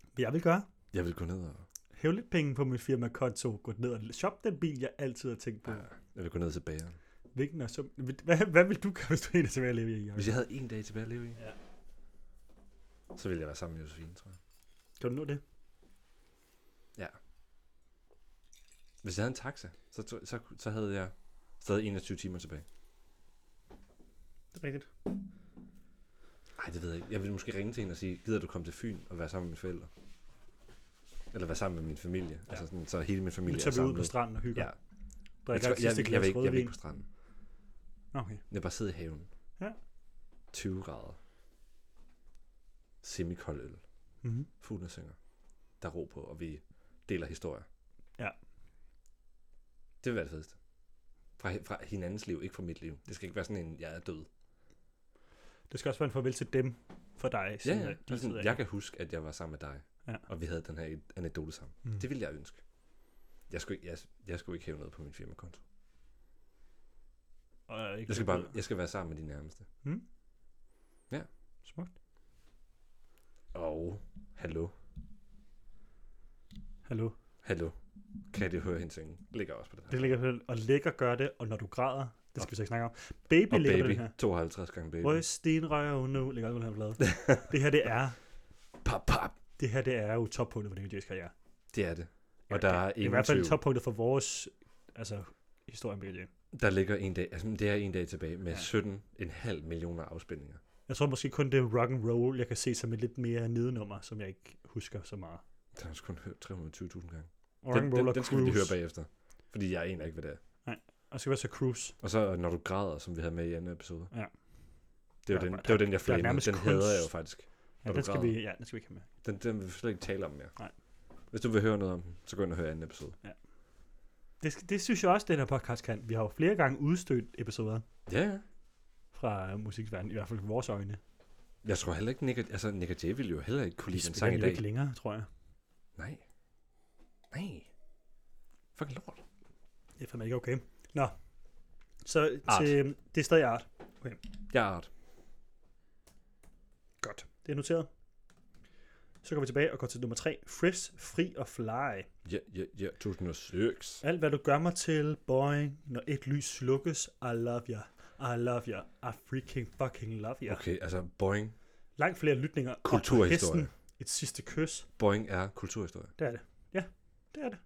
S6: Hvad jeg vil gøre?
S5: Jeg vil gå ned og...
S6: Hæve lidt penge på mit firmakonto, gå ned og shop den bil, jeg altid har tænkt på.
S5: Ja. Jeg vil gå ned til bageren.
S6: Hvilken er så... Hvad, hvad vil du gøre, hvis du er en, der at leve i? Jacob?
S5: Hvis jeg havde en dag tilbage at leve i,
S6: Ja.
S5: så ville jeg være sammen med Josefine, tror jeg.
S6: Kan du nå det?
S5: Ja. Hvis jeg havde en taxa, så, så, så, så havde jeg stadig 21 timer tilbage.
S6: Det er rigtigt.
S5: Nej, det ved jeg ikke. Jeg ville måske ringe til hende og sige, gider du komme til Fyn og være sammen med mine forældre? Eller være sammen med min familie. Ja. Altså sådan, så hele min
S6: Nu
S5: familie
S6: tager vi ud på
S5: samlet.
S6: stranden og hygger.
S5: Ja.
S6: Ja.
S5: Jeg,
S6: Drikker
S5: tror,
S6: jeg,
S5: jeg,
S6: sidste
S5: vil- jeg,
S6: glas
S5: vil ikke, jeg vil
S6: rødvin.
S5: ikke på stranden.
S6: Nå, Okay.
S5: Jeg vil bare sidde i haven.
S6: Ja.
S5: 20 grader. Semikold øl.
S6: Mm-hmm.
S5: Fuglene synger. Der er ro på, og vi deler historier.
S6: Ja.
S5: Det vil være det fedeste. Fra, fra hinandens liv, ikke fra mit liv. Det skal ikke være sådan en, jeg er død.
S6: Det skal også være en farvel til dem for dig.
S5: Ja,
S6: siden
S5: ja.
S6: at
S5: Det
S6: De
S5: er sådan,
S6: sidder
S5: jeg
S6: ikke.
S5: kan huske, at jeg var sammen med dig,
S6: Ja.
S5: og vi havde den her anekdote sammen.
S6: Mm.
S5: Mm. Det ville jeg ønske. Jeg skulle, ikke- jeg, jeg skulle ikke hæve noget på min firmakonto.
S6: Og jeg er ikke
S5: Jeg skal,
S6: så
S5: bare,
S6: bedre.
S5: jeg skal være sammen med de nærmeste.
S6: Smukt.
S5: Og hallo,
S6: Hallo.
S5: hallo. Kan det høre hende synge? Ligger også på den her.
S6: Det ligger på den. Og lækker gør det, og når du græder, det skal vi så ikke snakke om. Baby
S5: og
S6: ligger på
S5: baby,
S6: den her.
S5: 52 gange baby.
S6: Ryst din røv nu, ligger også på den her plade. det her, det er,
S5: Pap, pap.
S6: det her, det er jo toppunktet for Nick Jay's karriere.
S5: Det er det.
S6: Ja,
S5: Og der er
S6: Det er i
S5: ingen
S6: hvert fald
S5: tvivl.
S6: toppunktet for vores altså, historie med Nick Jay.
S5: Der ligger en dag, altså det er en dag tilbage med
S6: Ja.
S5: ja. 17,5 millioner afspændinger.
S6: Jeg tror måske kun det er rock and roll, jeg kan se som et lidt mere nedenummer, som jeg ikke husker så meget.
S5: Den har jeg sgu kun hørt 320.000 gange.
S6: Rock
S5: Den,
S6: and roll
S5: den,
S6: og
S5: den skal vi
S6: cruise.
S5: lige høre bagefter. Fordi jeg aner ikke, hvad det er.
S6: Og så skal vi så cruise.
S5: Og så øh, når du græder, som vi havde med i anden episode.
S6: Ja.
S5: Det
S6: Der-
S5: var, den,
S6: der-
S5: det var den, jeg
S6: der er
S5: flammede. Den
S6: nærmest kunst.
S5: hader jeg jo faktisk.
S6: Ja,
S5: Når du
S6: den skal,
S5: græder.
S6: vi, ja, den skal vi ikke have med.
S5: Den, den vil vi slet ikke tale om mere.
S6: Nej.
S5: Hvis du vil høre noget om den, så gå ind og hør anden episode.
S6: Det, skal- det synes jeg også, den her podcast kan. Vi har jo flere gange udstødt episoder
S5: Ja, ja.
S6: fra musikverdenen, i hvert fald i vores øjne.
S5: Ligesom Jeg tror heller ikke, Nick og, altså, Nick og Jay ville jo heller ikke kunne lide den
S6: spiller
S5: sang i
S6: den jo
S5: dag.
S6: ikke længere, tror jeg.
S5: Nej. Nej. Fucking lort.
S6: Det er fandme ikke okay. Nå, så
S5: Art.
S6: til, øhm, det er stadig art.
S5: Jeg er art.
S6: Godt. Det er noteret. Så går vi tilbage og går til nummer 3. Frizz, Fri og Fly.
S5: Ja, ja, ja. 2006.
S6: Alt hvad du gør mig til, boy, når et lys slukkes, I love you. I love you. I freaking fucking love you. Okay.
S5: Okay, altså Boeing.
S6: Langt flere lytninger. op på
S5: Kulturhistorie.
S6: hesten. Et sidste kys.
S5: Boeing er kulturhistorie.
S6: Det er det. Ja, det er det.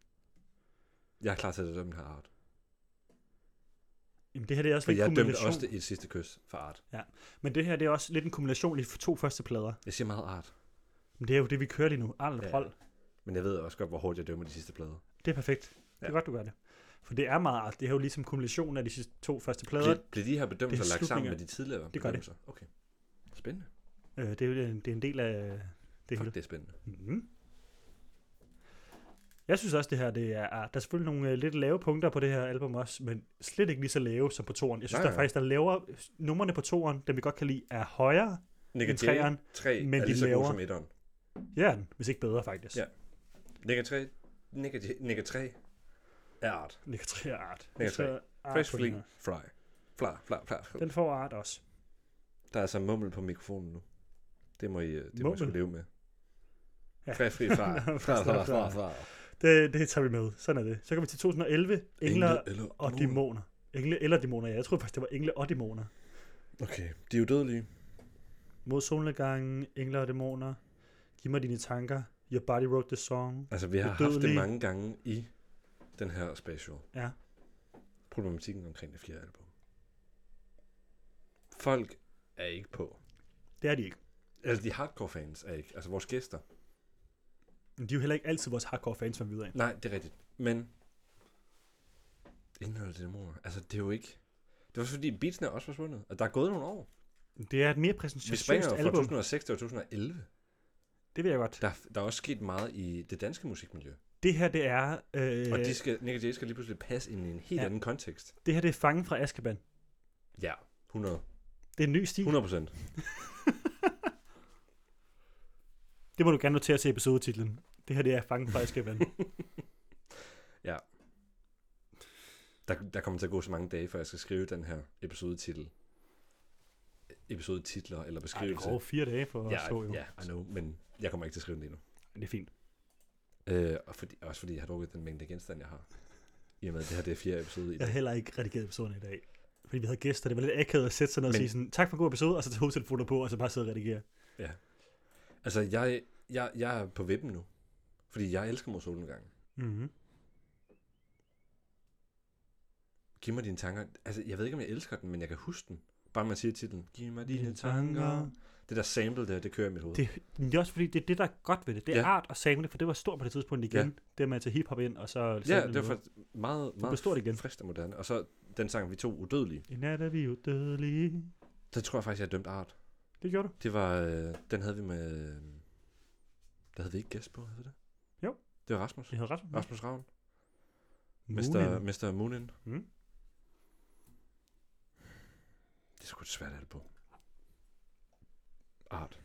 S5: Jeg er klar til at dømme den her art.
S6: Jamen, det her det er også
S5: For
S6: lidt
S5: jeg
S6: en
S5: dømte
S6: kombination.
S5: også det, et sidste kys for art.
S6: Men det her det er også lidt en kombination i de to første plader.
S5: Jeg siger meget art.
S6: Men det er jo det, vi kører lige nu. Arnold
S5: Ja.
S6: ja. Hold.
S5: Men jeg ved også godt, hvor hårdt jeg dømmer de sidste plader.
S6: Det er perfekt. Det er
S5: Ja.
S6: godt, du gør det. For det er meget art. Det er jo ligesom kombinationen af de sidste to første plader.
S5: Bliver, bliver de her bedømmelser
S6: det er
S5: lagt sammen
S6: slutninger.
S5: med de tidligere
S6: Det gør det.
S5: bedømmelser? Okay. Spændende.
S6: Øh, det, er, jo- det er en del af det hele.
S5: Fuck, det er spændende.
S6: Mm. Jeg synes også, det her det er... Der er selvfølgelig nogle øh, lidt lave punkter på det her album også, men slet ikke lige så lave som på toren. Jeg synes,
S5: Nej,
S6: der
S5: nej.
S6: faktisk, der laver... Numrene på toren, dem vi godt kan lide, er højere.
S5: Nick
S6: Men
S5: og Jay
S6: treeren,
S5: 3
S6: men
S5: men er
S6: de
S5: lige så gode
S6: laver-
S5: som 1'eren.
S6: Ja, hvis ikke bedre, faktisk.
S5: Ja. Nick og 3, Nick og, Jay- Nick og 3 er art.
S6: Nick og Trier art.
S5: Nick og Trier.
S6: Så art
S5: Fresh
S6: Ah, på den
S5: Fly,
S6: her.
S5: Fly. Fly, fly, fly.
S6: Den får art også.
S5: Der er altså mummel på mikrofonen nu. Det må I, øh, det må I
S6: Mummel?
S5: sgu leve med.
S6: Ja.
S5: Ja. Fri, fri, fri.
S6: Fri,
S5: Fri, fri,
S6: fri, fri.
S5: fri, fri.
S6: Det, det tager vi med. Sådan er det. Så går vi til 2011. Engler
S5: Engle eller
S6: og dæmoner. Engle eller dæmoner, ja. Jeg tror faktisk, det var engle og dæmoner.
S5: Okay, de er jo dødelige.
S6: Mod solnedgangen, engler og dæmoner. Giv mig dine tanker. Your Body Wrote the Song.
S5: Altså, vi har haft det
S6: Udødelige.
S5: mange gange i den her special.
S6: Ja.
S5: Problematikken omkring det fjerde album. Folk er ikke på.
S6: Det er de ikke.
S5: Altså, de hardcore fans er ikke. Altså, vores gæster.
S6: Men de er jo heller ikke altid vores hardcore fans, som vi ved af.
S5: Nej, det er rigtigt. Men indholdet i det mor. Altså, det er jo ikke... Det var også fordi, beatsene er også forsvundet. Og der er gået nogle år.
S6: Det er et mere
S5: Vi springer
S6: præsentatiøst
S5: jo fra
S6: album.
S5: 2006 til 2011.
S6: Det vil jeg godt.
S5: Der, der er også sket meget i det danske musikmiljø.
S6: Det her, det er... Øh,
S5: Og de skal, Nick og Jay skal lige pludselig passe ind i en helt
S6: Ja.
S5: ja. anden kontekst.
S6: Det her, det er Fangen fra Azkaban.
S5: Ja, 100.
S6: Det er en ny stil.
S5: 100 procent.
S6: Det må du gerne notere til episodetitlen. Det her, det er Fangen fra Azkaban.
S5: Der, der kommer til at gå så mange dage, før jeg skal skrive den her episodetitel. Episodetitler eller
S6: Ej, det
S5: beskrivelse.
S6: går over fire dage for
S5: ja,
S6: at stå jo.
S5: ja, I know, men jeg kommer ikke til at skrive den endnu.
S6: Det er fint.
S5: Øh, og fordi, også fordi jeg har drukket den mængde genstand, jeg har. I og med, at det her det er fjerde episode i
S6: Jeg
S5: dag.
S6: har heller ikke redigeret episoden i dag. Fordi vi havde gæster, det var lidt akavet at sætte sig ned og
S5: Men-
S6: sige sådan, tak for en god episode, og så tage hovedtelefoner på, og så bare sidde og redigere.
S5: Altså, jeg, jeg, jeg er på vippen nu. Fordi jeg elsker mod solnedgangen.
S6: Mm-hmm.
S5: Giv mig dine tanker. Altså, jeg ved ikke, om jeg elsker den, men jeg kan huske den. Bare man siger titlen. Giv mig dine tanker. Det der sample der, det kører i mit hoved.
S6: Det, men det er også fordi, det er det, der er godt ved det. Det er
S5: Ja.
S6: art og samle, for det var stort på det tidspunkt igen. Det med at tage hiphop ind, og så...
S5: Ja, det var faktisk meget, meget
S6: består det igen.
S5: frisk og moderne. Og så den sang, vi tog, Udødelige.
S6: I nat er vi jo dødelige.
S5: Der tror jeg faktisk, jeg har dømt art.
S6: Det gjorde du.
S5: Det var, øh, den havde vi med, øh, der havde vi ikke gæst på, havde vi det?
S6: Jo.
S5: Det var Rasmus.
S6: Jeg havde ret.
S5: Rasmus Ravn. Mr.
S6: Munin.
S5: Mr. Moonin.
S6: Mm.
S5: Det er sgu et svært album. Art.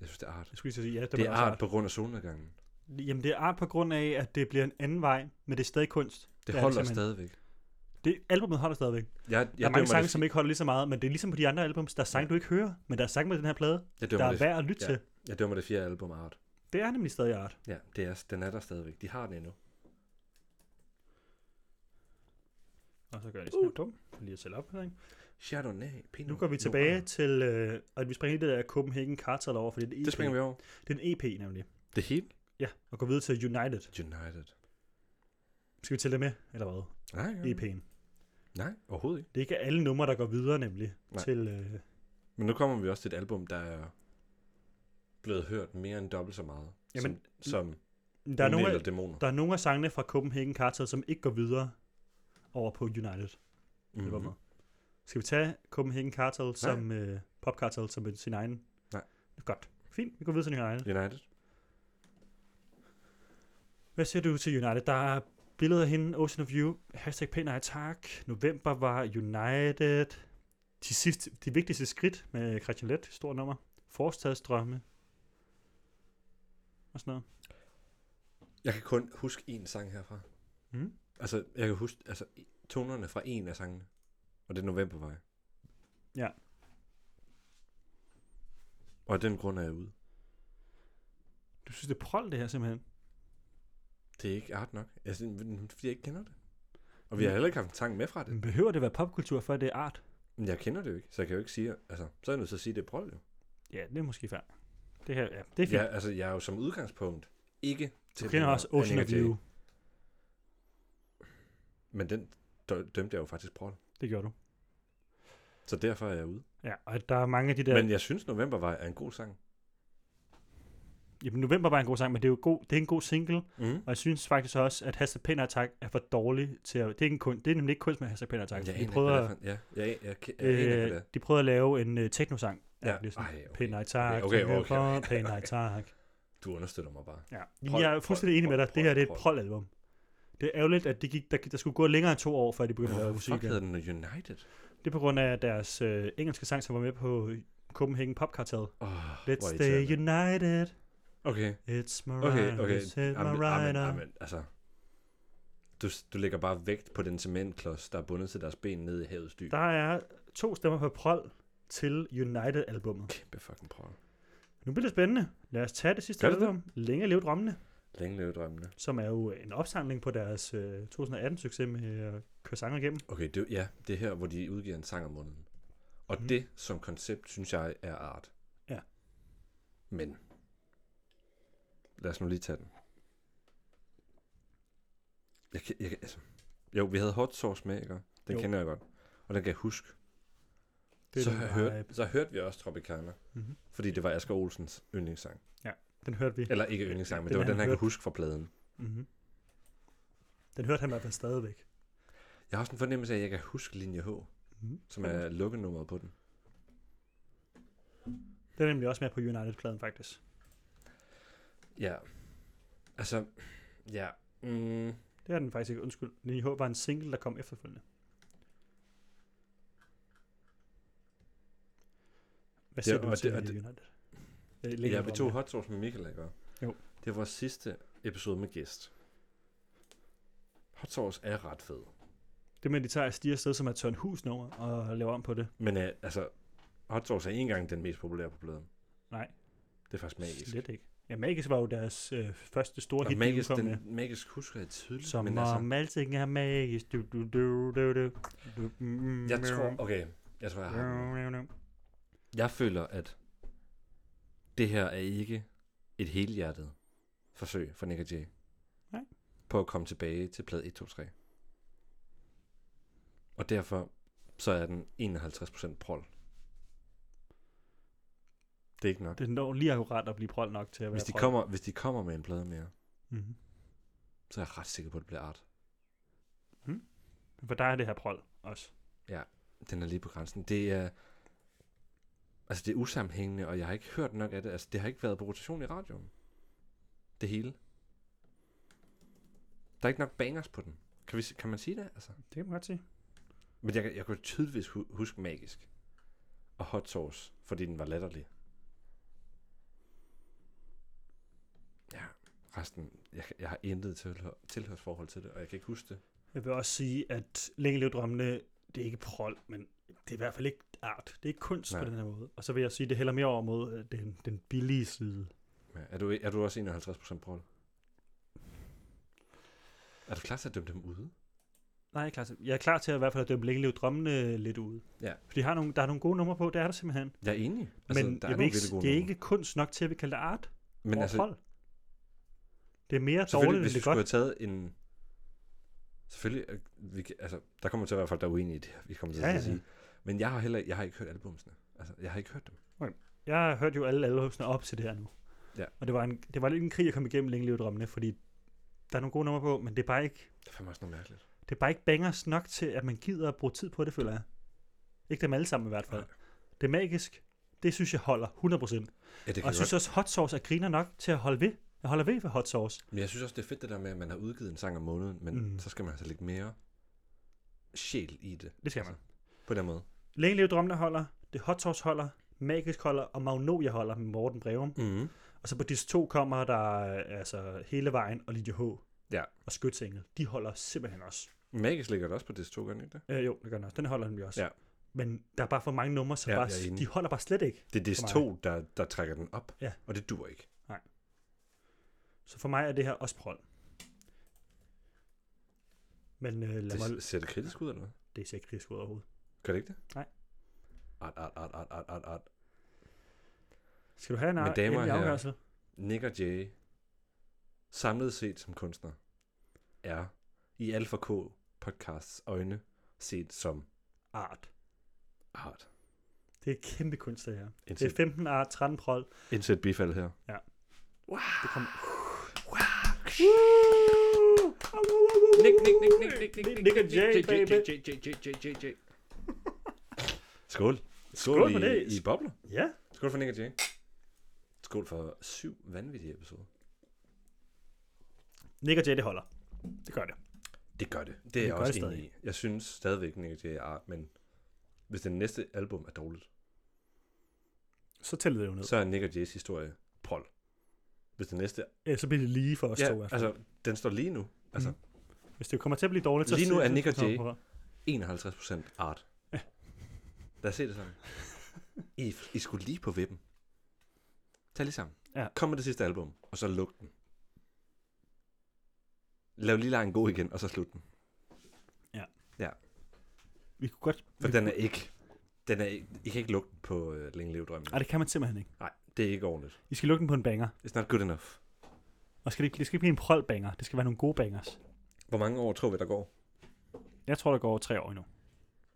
S5: Jeg synes, det er art.
S6: Jeg skulle lige til at sige, ja, det,
S5: Det, det
S6: var
S5: er
S6: også
S5: art, art på grund af solnedgangen.
S6: Jamen, det er art på grund af, at det bliver en anden vej, men det er stadig kunst.
S5: Det
S6: er
S5: holder
S6: simpelthen.
S5: stadigvæk.
S6: Det, albumet holder stadigvæk. Jeg
S5: Jeg,
S6: der
S5: jeg,
S6: er mange
S5: dømmer
S6: sange,
S5: det,
S6: som ikke holder lige så meget, men det er ligesom på de andre albums, der er sange, du ikke hører, men der er sange med den her plade,
S5: jeg,
S6: der
S5: dømmer
S6: er
S5: det,
S6: værd at lytte
S5: ja.
S6: til.
S5: jeg dømmer det fjerde album art.
S6: Det er nemlig stadig art.
S5: Ja, det er, den er der stadigvæk. De har den endnu.
S6: Og så gør jeg det sådan uh. dum, for lige at sætte op. her, Ikke?
S5: Chardonnay, Pinot
S6: Nu går vi
S5: Noir.
S6: tilbage til, øh, og vi springer lige det der Copenhagen Cartel over, for det er en EP.
S5: Det springer vi over.
S6: Det er en EP nemlig.
S5: Det hele?
S6: Ja, og går videre til United.
S5: United.
S6: Skal vi tælle det med, eller hvad?
S5: Nej, ja.
S6: EP'en.
S5: Nej, overhovedet ikke.
S6: Det er ikke alle numre, der går videre nemlig
S5: Nej.
S6: til... Øh,
S5: Men nu kommer vi også til et album, der er blevet hørt mere end dobbelt så meget.
S6: Jamen,
S5: som, som
S6: der, er nogle
S5: Onel
S6: af,
S5: og dæmoner.
S6: der er nogle af sangene fra Copenhagen Cartel, som ikke går videre over på United.
S5: mm-hmm.
S6: albumet. Skal vi tage Copenhagen Cartel som øh, Pop Cartel som sin egen?
S5: Nej.
S6: Godt. Fint, vi går videre til United.
S5: United.
S6: Hvad siger du til United? Der er billeder af hende, Ocean of You, hashtag pæn nej tak. November var United. De, sidste, de vigtigste skridt med Christian Lett, stort nummer. Forstadsdrømme. Og sådan noget.
S5: Jeg kan kun huske én sang herfra.
S6: Mm.
S5: Altså, jeg kan huske altså, tonerne fra en af sangene. Og det er Novembervej.
S6: Ja.
S5: Og af den grund er jeg ude.
S6: Du synes, det er prol, det her simpelthen.
S5: Det er ikke art nok. Altså, fordi jeg ikke kender det. Og vi
S6: Mm.
S5: har heller ikke haft en sang med fra det.
S6: Men behøver det være popkultur, før det er art?
S5: Men jeg kender det jo ikke, så jeg kan jo ikke sige... Altså, så er jeg nødt til at sige, at det er prol, jo.
S6: Ja, det er måske fair. Det her, ja, det er fint.
S5: Ja, altså, jeg er jo som udgangspunkt ikke til
S6: du kender
S5: den
S6: også
S5: her
S6: Ocean of
S5: Annika J.
S6: You.
S5: Men den dø- dømte jeg jo faktisk prol.
S6: Det gjorde du.
S5: Så derfor er jeg ude.
S6: Ja, og der er mange af de der...
S5: Ja. Men jeg synes, Novembervej er en god sang.
S6: Jamen, november var en god sang, men det er jo god, det er en god single,
S5: Mm.
S6: og jeg synes faktisk også, at Hashtag Pæn Attack er for dårlig til at... Det er, ikke en kun, det er nemlig ikke kunst med Hashtag Pæn Attack.
S5: Jeg
S6: de,
S5: aner
S6: prøvede
S5: ikke, hvad
S6: at,
S5: det er for en- Ja, jeg, jeg, jeg, jeg, aner ikke, hvad
S6: øh,
S5: det
S6: de prøvede at lave en uh, teknosang.
S5: er. Ja.
S6: Ja, ligesom.
S5: Ej, okay.
S6: Pæn Attack,
S5: Okay, okay, okay,
S6: Pæn Attack.
S5: Du understøtter mig bare.
S6: Ja.
S5: Prol,
S6: Jeg er fuldstændig
S5: prol,
S6: enig med dig.
S5: prol,
S6: Det her det er
S5: prol.
S6: et prol-album. Det er ærgerligt, at det gik, der, der skulle gå længere end to år, før de begyndte at lave
S5: Hvorfor
S6: musik.
S5: fuck
S6: igen.
S5: hedder den United?
S6: Det er på grund af deres øh, engelske sang, som var med på øh, Copenhagen Pop Cartel.
S5: Oh,
S6: Let's stay united.
S5: Okay,
S6: It's Mariah.
S5: okay, okay.
S6: It's Mariah.
S5: Amen, amen, amen. Altså, du, du lægger bare vægt på den cementklods, der er bundet til deres ben nede i havets dyb.
S6: Der er to stemmer på prol til United-albummet.
S5: Kæmpe fucking prøv.
S6: Nu bliver det spændende. Lad os tage det sidste
S5: Gør det det?
S6: album, Længe leve drømmene,
S5: Længe leve drømmene.
S6: som er jo en opsamling på deres øh, 2018-succes med at køre sanger igennem.
S5: Okay, det, ja, det er her, hvor de udgiver en sang om måneden. Og
S6: Mhm.
S5: mm. det som koncept, synes jeg, er art.
S6: Ja.
S5: Men Lad os nu lige tage den. Jeg kan, jeg, kan- altså. Jo, vi havde hot sauce med, ikke? Den
S6: Jo.
S5: jo. kender jeg godt. Og den kan jeg huske.
S6: Det er
S5: så,
S6: den, øh, der
S5: hørte,
S6: er-
S5: så hørte vi også Tropicana,
S6: Mhm.
S5: fordi det var Asger Olsens yndlingssang.
S6: Den hørte vi.
S5: Eller ikke yndlingssang, men
S6: Den
S5: det var
S6: han
S5: den, han kan
S6: hørte.
S5: huske fra pladen.
S6: Mm-hmm. Den hørte han i hvert fald stadigvæk.
S5: Jeg har også en fornemmelse af, at jeg kan huske linje H,
S6: Mhm.
S5: som er lukkenummeret på den.
S6: Den er nemlig også med på United-pladen, faktisk.
S5: Ja. Altså, ja. Mm,
S6: Det er den faktisk ikke. Undskyld. Linje H var en single, der kom efterfølgende. Hvad siger
S5: Ja,
S6: du
S5: og
S6: til
S5: det- og
S6: Linje United? Jeg lægger
S5: ja,
S6: den
S5: vi
S6: op
S5: tog
S6: her.
S5: hot sauce med Michael, ikke?
S6: Jo.
S5: Det var vores sidste episode med gæst. Hot sauce er ret fed.
S6: Det med, at de tager et stigersted, som er et Tørn Hus nummer, og laver om på det.
S5: Men øh, altså, hot sauce er ikke engang den mest populære på pladen.
S6: Nej.
S5: Det er faktisk magisk.
S6: Slet ikke. Ja, Magisk var jo deres øh, første store
S5: Og
S6: hit,
S5: magisk,
S6: de udkom med.
S5: den, magisk husker jeg tydeligt.
S6: Som
S5: men
S6: om
S5: altså,
S6: alting er magisk. Du, du, du, du, du. du mm,
S5: jeg tror, okay, jeg tror, jeg har den. Jeg føler, at det her er ikke et helhjertet forsøg fra Nick og Jay.
S6: Nej.
S5: På at komme tilbage til plade 1, 2, 3. Og derfor så er den 51% prol. Det er ikke nok.
S6: Det når lige akkurat at blive prøvet nok til at være
S5: Hvis de,
S6: prol.
S5: kommer, hvis de kommer med en plade mere,
S6: Mhm.
S5: så er jeg ret sikker på, at det bliver art.
S6: For der er det her prol også.
S5: Den er lige på grænsen. Det er... Altså, det er usammenhængende, og jeg har ikke hørt nok af det. Altså, det har ikke været på rotation i radioen. Det hele. Der er ikke nok bangers på den. Kan, vi, s- kan man sige det, altså?
S6: Det kan man godt sige.
S5: Men jeg, kan- jeg kunne tydeligvis hu- huske magisk. Og hot sauce, fordi den var latterlig. Ja, resten... Jeg, kan- jeg har intet tilhør, tilhørsforhold til det, og jeg kan ikke huske det.
S6: Jeg vil også sige, at Længe Lev Drømmene, det er ikke prol, men det er i hvert fald ikke art. Det er ikke kunst Nej.
S5: Nej.
S6: på den her måde. Og så vil jeg sige, at det hælder mere over mod øh, den, den billige side.
S5: Ja, er, du, er du også 51% prol? Er du klar til at dømme dem ude?
S6: Nej, jeg er klar til, jeg er klar til at i hvert fald at dømme Længe Lev Drømmene lidt ud.
S5: Ja.
S6: For de har nogle, der er nogle gode numre på, det er der simpelthen.
S5: Jeg er enig.
S6: Altså, men
S5: der
S6: jeg vil
S5: er nogle
S6: ikke,
S5: virkelig gode
S6: det er
S5: numre.
S6: ikke kunst nok til, at vi kalder det art
S5: men
S6: over
S5: altså,
S6: prol. Det er mere
S5: selvfølgelig,
S6: dårligt,
S5: hvis
S6: end
S5: vi
S6: det er
S5: skulle
S6: godt.
S5: have taget en... Selvfølgelig, øh, vi, kan- altså, der kommer til at være folk, der er uenige i det, her, vi kommer til
S6: Ja,
S5: ja,
S6: ja.
S5: at sige. Men jeg har heller jeg har ikke hørt albumsene. Altså, jeg har ikke hørt dem.
S6: Jeg hørte jo alle albumsene op til det her nu.
S5: Ja.
S6: Og det var, en, det var lidt en krig at komme igennem Længe Lev Drømmene, fordi der er nogle gode numre på, men det er bare ikke
S5: Det er fandme også noget mærkeligt.
S6: Det er bare ikke bangers nok til, at man gider at bruge tid på det, føler jeg. Ikke dem alle sammen i hvert fald.
S5: Nej.
S6: Det er magisk. Det synes jeg holder 100%.
S5: Ja, det kan
S6: Og jeg
S5: jeg
S6: synes også, hot sauce er griner nok til at holde ved. Jeg holder ved ved hot sauce.
S5: godt. Men jeg synes også, det er fedt det der med, at man har udgivet en sang om måneden, men
S6: Mm.
S5: mm. så skal man altså lægge mere sjæl i det. Altså,
S6: Det skal man.
S5: På den måde.
S6: Længe leve drømmene holder, det hot sauce holder, magisk holder, og Magnolia holder med Morten Breum.
S5: Mm.
S6: Og så på disse to kommer der øh, altså hele vejen og Lydia H.
S5: Ja.
S6: Og Skytsengel. De holder simpelthen også.
S5: Magisk ligger det også på det to gange, ikke det?
S6: Øh, jo, det gør den også. Den holder nemlig også.
S5: Ja.
S6: Men der er bare for mange numre, som
S5: Ja,
S6: ja,
S5: jeg er
S6: bare,
S5: enig.
S6: de holder bare slet ikke.
S5: Det er
S6: For mig.
S5: DS2, der, der trækker den op,
S6: Ja.
S5: og det dur ikke.
S6: Så for mig er det her også prol. Men øh, lad mig...
S5: Det ser det kritisk ud, eller hvad?
S6: Det ser ikke kritisk ud overhovedet.
S5: Gør det ikke det?
S6: Nej.
S5: Art, art, art, art, art, art, art.
S6: Skal du have en
S5: Men
S6: ar-
S5: damer og
S6: endelig
S5: herrer.
S6: afgørelse?
S5: Nick og Jay, samlet set som kunstner, er i Alpha K podcasts øjne set som
S6: Art.
S5: art.
S6: Det er et kæmpe kunst, det her. Det er
S5: Indsæt,
S6: 15 art, 13 prol.
S5: indsæt bifald her.
S6: Det kommer...
S5: Nick, Nick, Nick, Nick, Nick, Nick,
S6: Nick og Jay,
S5: Nick, Nick,
S6: baby.
S5: Nick, Jay, Jay, Jay, Jay, Jay, Jay. Skål.
S6: Skål
S5: Skål
S6: for det.
S5: i, i bobler.
S6: Ja,
S5: Skål for Nick og Jay. Skål for syv vanvittige episoder.
S6: Nick og Jay, det holder. Det gør det.
S5: Det gør det. Det er
S6: Det
S5: jeg
S6: gør det
S5: også
S6: stadig.
S5: enig i. Jeg synes stadigvæk, Nick Jay er art, men hvis det næste album er dårligt,
S6: Så tæller det jo ned. Så,
S5: så er Nick Jays historie prol. Hvis det næste...
S6: ja, Øh, så bliver det lige for os ja, to. i hvert fald. Mhm.
S5: altså, den står lige nu. Altså, mm.
S6: Hvis det kommer til at blive dårligt, så...
S5: Lige nu er
S6: så-
S5: Nick og
S6: så-
S5: Jay. 51% art. Lad os se det sammen. I, I skulle lige på vippen. Tag lige sammen.
S6: Ja.
S5: Kom med det sidste album, og så luk den. Lav lige en god igen, og så slut den.
S6: Vi kunne godt...
S5: For
S6: vi
S5: den er
S6: kunne-
S5: ikke... Den er, ikke- I kan ikke lukke den på uh, Længe Lev Drømmen.
S6: Ej, det kan man simpelthen ikke.
S5: Nej, det er ikke ordentligt.
S6: I skal lukke den på en banger.
S5: It's not good enough.
S6: Og skal det, det skal ikke blive en prolbanger. Det skal være nogle gode bangers.
S5: Hvor mange år tror vi, der går?
S6: Jeg tror, der går tre år endnu.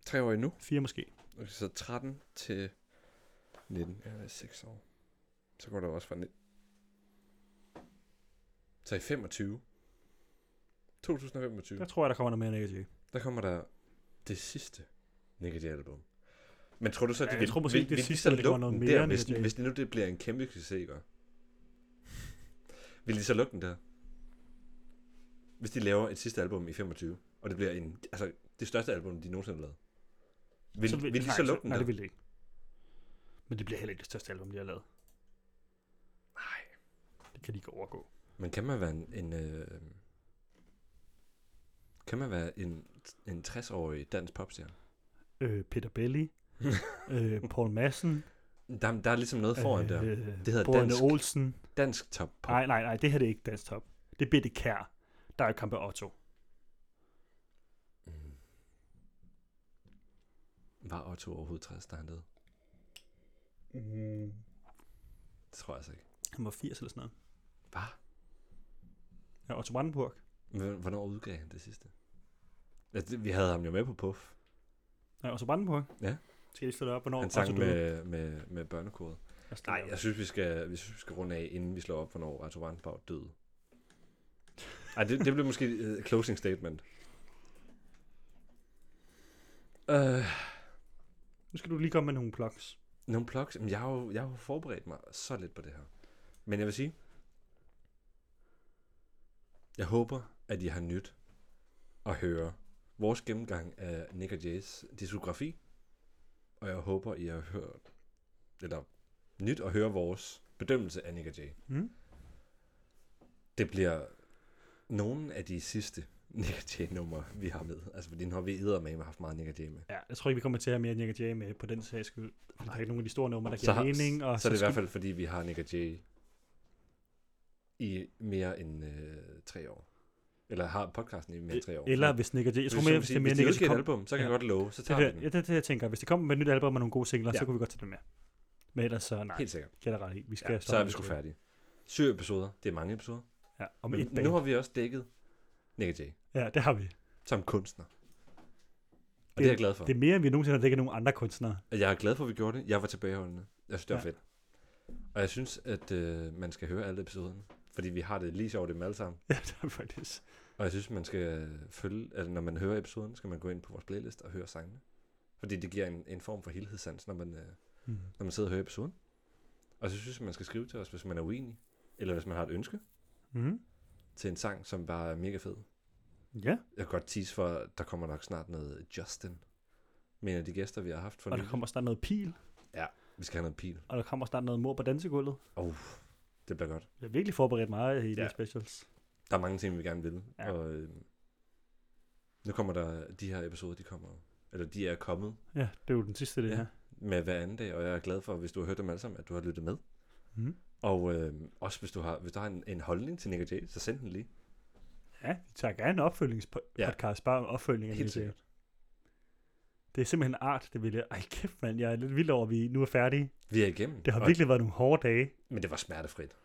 S5: Tre år endnu.
S6: Fire måske.
S5: Okay, så 13 til 19. Ja, det er 6 år. Så går der også fra 19. Så i 25. 2025.
S6: Der tror jeg, der kommer noget mere negativt.
S5: Der kommer der det sidste Nick Jay album. Men tror du så, at
S6: Ja,
S5: de
S6: jeg
S5: vil,
S6: tror måske
S5: vil,
S6: ikke, det
S5: vil de
S6: sidste,
S5: så
S6: men det kommer
S5: lukke
S6: noget
S5: den
S6: mere
S5: der,
S6: Nick
S5: hvis,
S6: Jay.
S5: hvis det nu det bliver en kæmpe succes, gør? Vil de så lukke den der? Hvis de laver et sidste album i 25, og det bliver en, altså, det største album, de nogensinde har lavet. Vil, vil, vil de
S6: nej,
S5: så lukke den
S6: Nej, det
S5: der?
S6: vil det ikke. Men det bliver heller ikke det største album, de har lavet.
S5: Nej.
S6: Det kan de ikke overgå.
S5: Men kan man være en... en øh, kan man være en, en 60-årig dansk popstjerne?
S6: Øh, Peter Belli, øh, Paul Madsen,
S5: Der, der er ligesom noget foran der.
S6: øh,
S5: Det hedder
S6: Borne
S5: dansk.
S6: Olsen.
S5: Dansk top pop.
S6: Nej, nej, nej, det her det er ikke dansk top. Det er Bitte Kær, der er Kampe Otto.
S5: Mm. Var Otto overhovedet 60, da han døde? Mhm.
S6: Mm.
S5: Det tror jeg altså ikke.
S6: Han var 80 eller sådan noget.
S5: Hvad?
S6: Ja, Otto Brandenburg.
S5: Men Hvornår udgav han det sidste? Altså, det- vi havde ham jo med på Puff.
S6: Ja, Otto Brandenburg.
S5: Ja.
S6: Skal jeg lige slå det op, hvornår
S5: Han
S6: Otto
S5: sang
S6: døde?
S5: med, med, med børnekoret.
S6: Jeg slår
S5: Nej,
S6: det op.
S5: jeg synes, vi skal, vi synes, vi skal runde af, inden vi slår op, hvornår Otto Warnbach døde. Ej, det, det blev måske uh, closing statement. Uh,
S6: Nu skal du lige komme med nogle plugs.
S5: nogle plugs. Jamen, Jeg har, jo, jeg har jo forberedt mig så lidt på det her. Men jeg vil sige, jeg håber, at I har nyt at høre vores gennemgang af Nick og Jays diskografi. Og jeg håber, I har hørt, eller nyt at høre vores bedømmelse af Nick og Jay.
S6: Mm?
S5: Det bliver nogle af de sidste Nick Jay numre, vi har med. Altså, fordi nu har vi eddermame haft meget Nick Jay med.
S6: Ja, jeg tror ikke, vi kommer til at have mere Nick Jay med på den sags skyld. For Der er ikke nogen af de store numre, der giver
S5: har-
S6: mening. Og
S5: så, er det i
S6: skal-
S5: hvert fald, fordi vi har Nick Jay i mere end øh, tre år. Eller har podcasten i mere end tre år.
S6: Eller
S5: Så-
S6: hvis Nick Jay... Jeg
S5: så
S6: tror
S5: hvis
S6: mere,
S5: man
S6: hvis det
S5: siger,
S6: er mere
S5: de
S6: Nick Jay...
S5: udgiver et
S6: kom-
S5: album, så kan
S6: Ja.
S5: jeg godt love, så
S6: Det er
S5: tager
S6: det, ja,
S5: vi den.
S6: det, er det, jeg tænker. Hvis det kommer med et nyt album og nogle gode singler,
S5: Ja.
S6: så kunne vi godt tage det med. Men ellers så nej,
S5: Helt sikkert.
S6: kan jeg da ret i. Vi skal
S5: Ja,
S6: stoppe
S5: så er vi
S6: med
S5: sgu
S6: det.
S5: færdige. Syv episoder, det er mange episoder.
S6: Ja, om
S5: Men
S6: et
S5: nu
S6: band.
S5: har vi også dækket Nick Jay
S6: Ja, det har vi.
S5: som kunstner. Og det er jeg glad for.
S6: Det er mere, end vi nogensinde har dækket nogle andre kunstnere.
S5: Og Jeg er glad for, at vi gjorde det. Jeg var tilbageholdende. Jeg synes, det var
S6: Ja.
S5: ja. fedt. Og jeg synes, at øh, man skal høre alle episoderne. Fordi vi har det lige sjovt i dem alle sammen.
S6: Ja, det er faktisk.
S5: Og jeg synes, man skal følge... Altså, når man hører episoden, skal man gå ind på vores playlist og høre sangene. Fordi det giver en, en form for helhedssans, når man, øh,
S6: Mm.
S5: når man sidder og hører episoden. Og så synes jeg, man skal skrive til os, hvis man er uenig. Eller hvis man har et ønske
S6: Mm.
S5: til en sang, som bare er mega fed.
S6: Ja,
S5: Jeg kan godt tease for, at der kommer nok snart noget Justin. Men af de gæster, vi har haft for
S6: og der
S5: nylig.
S6: kommer snart noget pil,
S5: Vi skal have noget pil.
S6: og der kommer snart noget mor på dansegulvet.
S5: Oh, det bliver godt.
S6: Jeg har virkelig forberedt meget i de
S5: Ja.
S6: ja. specials.
S5: Der er mange ting, vi gerne vil.
S6: Ja.
S5: Ja. Og øh, nu kommer der de her episoder, de kommer, eller de er kommet
S6: Ja, det er jo den sidste, det
S5: Ja.
S6: her.
S5: med hver anden dag, og jeg er glad for, hvis du har hørt dem alle sammen, at du har lyttet med.
S6: Mm.
S5: Og øh, også hvis du har, hvis du har en, en holdning til Nick Jay, så send den lige.
S6: Ja, vi tager gerne en
S5: Ja.
S6: opfølgingspodcast, ja. bare om opfølgning af
S5: Helt
S6: Nick Jay.
S5: sikkert.
S6: Det er simpelthen en art, det vil jeg. Ej, kæft mand, jeg er lidt vild over, at vi nu er færdige.
S5: Vi er igennem.
S6: Det har
S5: og,
S6: virkelig været nogle hårde dage.
S5: Men det var smertefrit.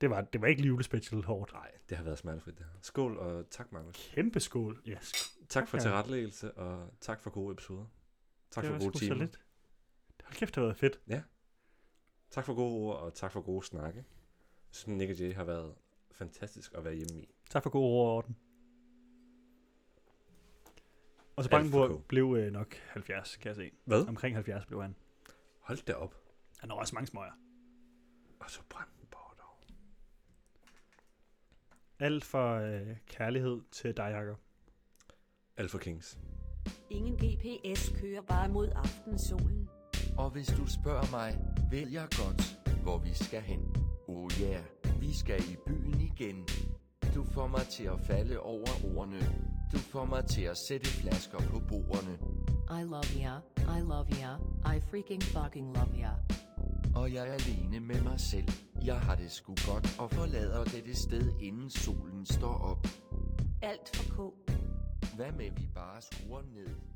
S6: Det var, det var ikke julespecial hårdt.
S5: Nej, det har været smertefrit det her. Skål og tak, Magnus.
S6: Kæmpe skål. Yes.
S5: Tak for
S6: ja.
S5: tilrettelæggelse, og tak for gode episoder. Tak for gode timer.
S6: Lidt. Hold kæft, det har været fedt.
S5: Tak for gode ord, og tak for gode snakke. Jeg synes, Nick Jay har været fantastisk at være hjemme i.
S6: Tak for god ord og orden. Og så
S5: Alt for
S6: Brandenburg
S5: god.
S6: blev øh, nok 70, kan jeg se.
S5: Hvad?
S6: Omkring 70 blev han.
S5: Hold da op.
S6: Han har også mange smøger.
S5: Og så Brandenborg dog.
S6: Alt for øh, kærlighed til dig, Jacob.
S5: Alpha Kings.
S3: Ingen GPS kører bare mod aftensolen.
S1: Og hvis du spørger mig, ved jeg godt, hvor vi skal hen. Oh ja, yeah, vi skal i byen igen. Du får mig til at falde over ordene. Du får mig til at sætte flasker på bordene.
S4: I love ya, I love ya, I freaking fucking love ya.
S1: Og jeg er alene med mig selv. Jeg har det sgu godt og forlader dette sted, inden solen står op.
S3: Alt for kog.
S1: Hvad med vi bare skruer ned?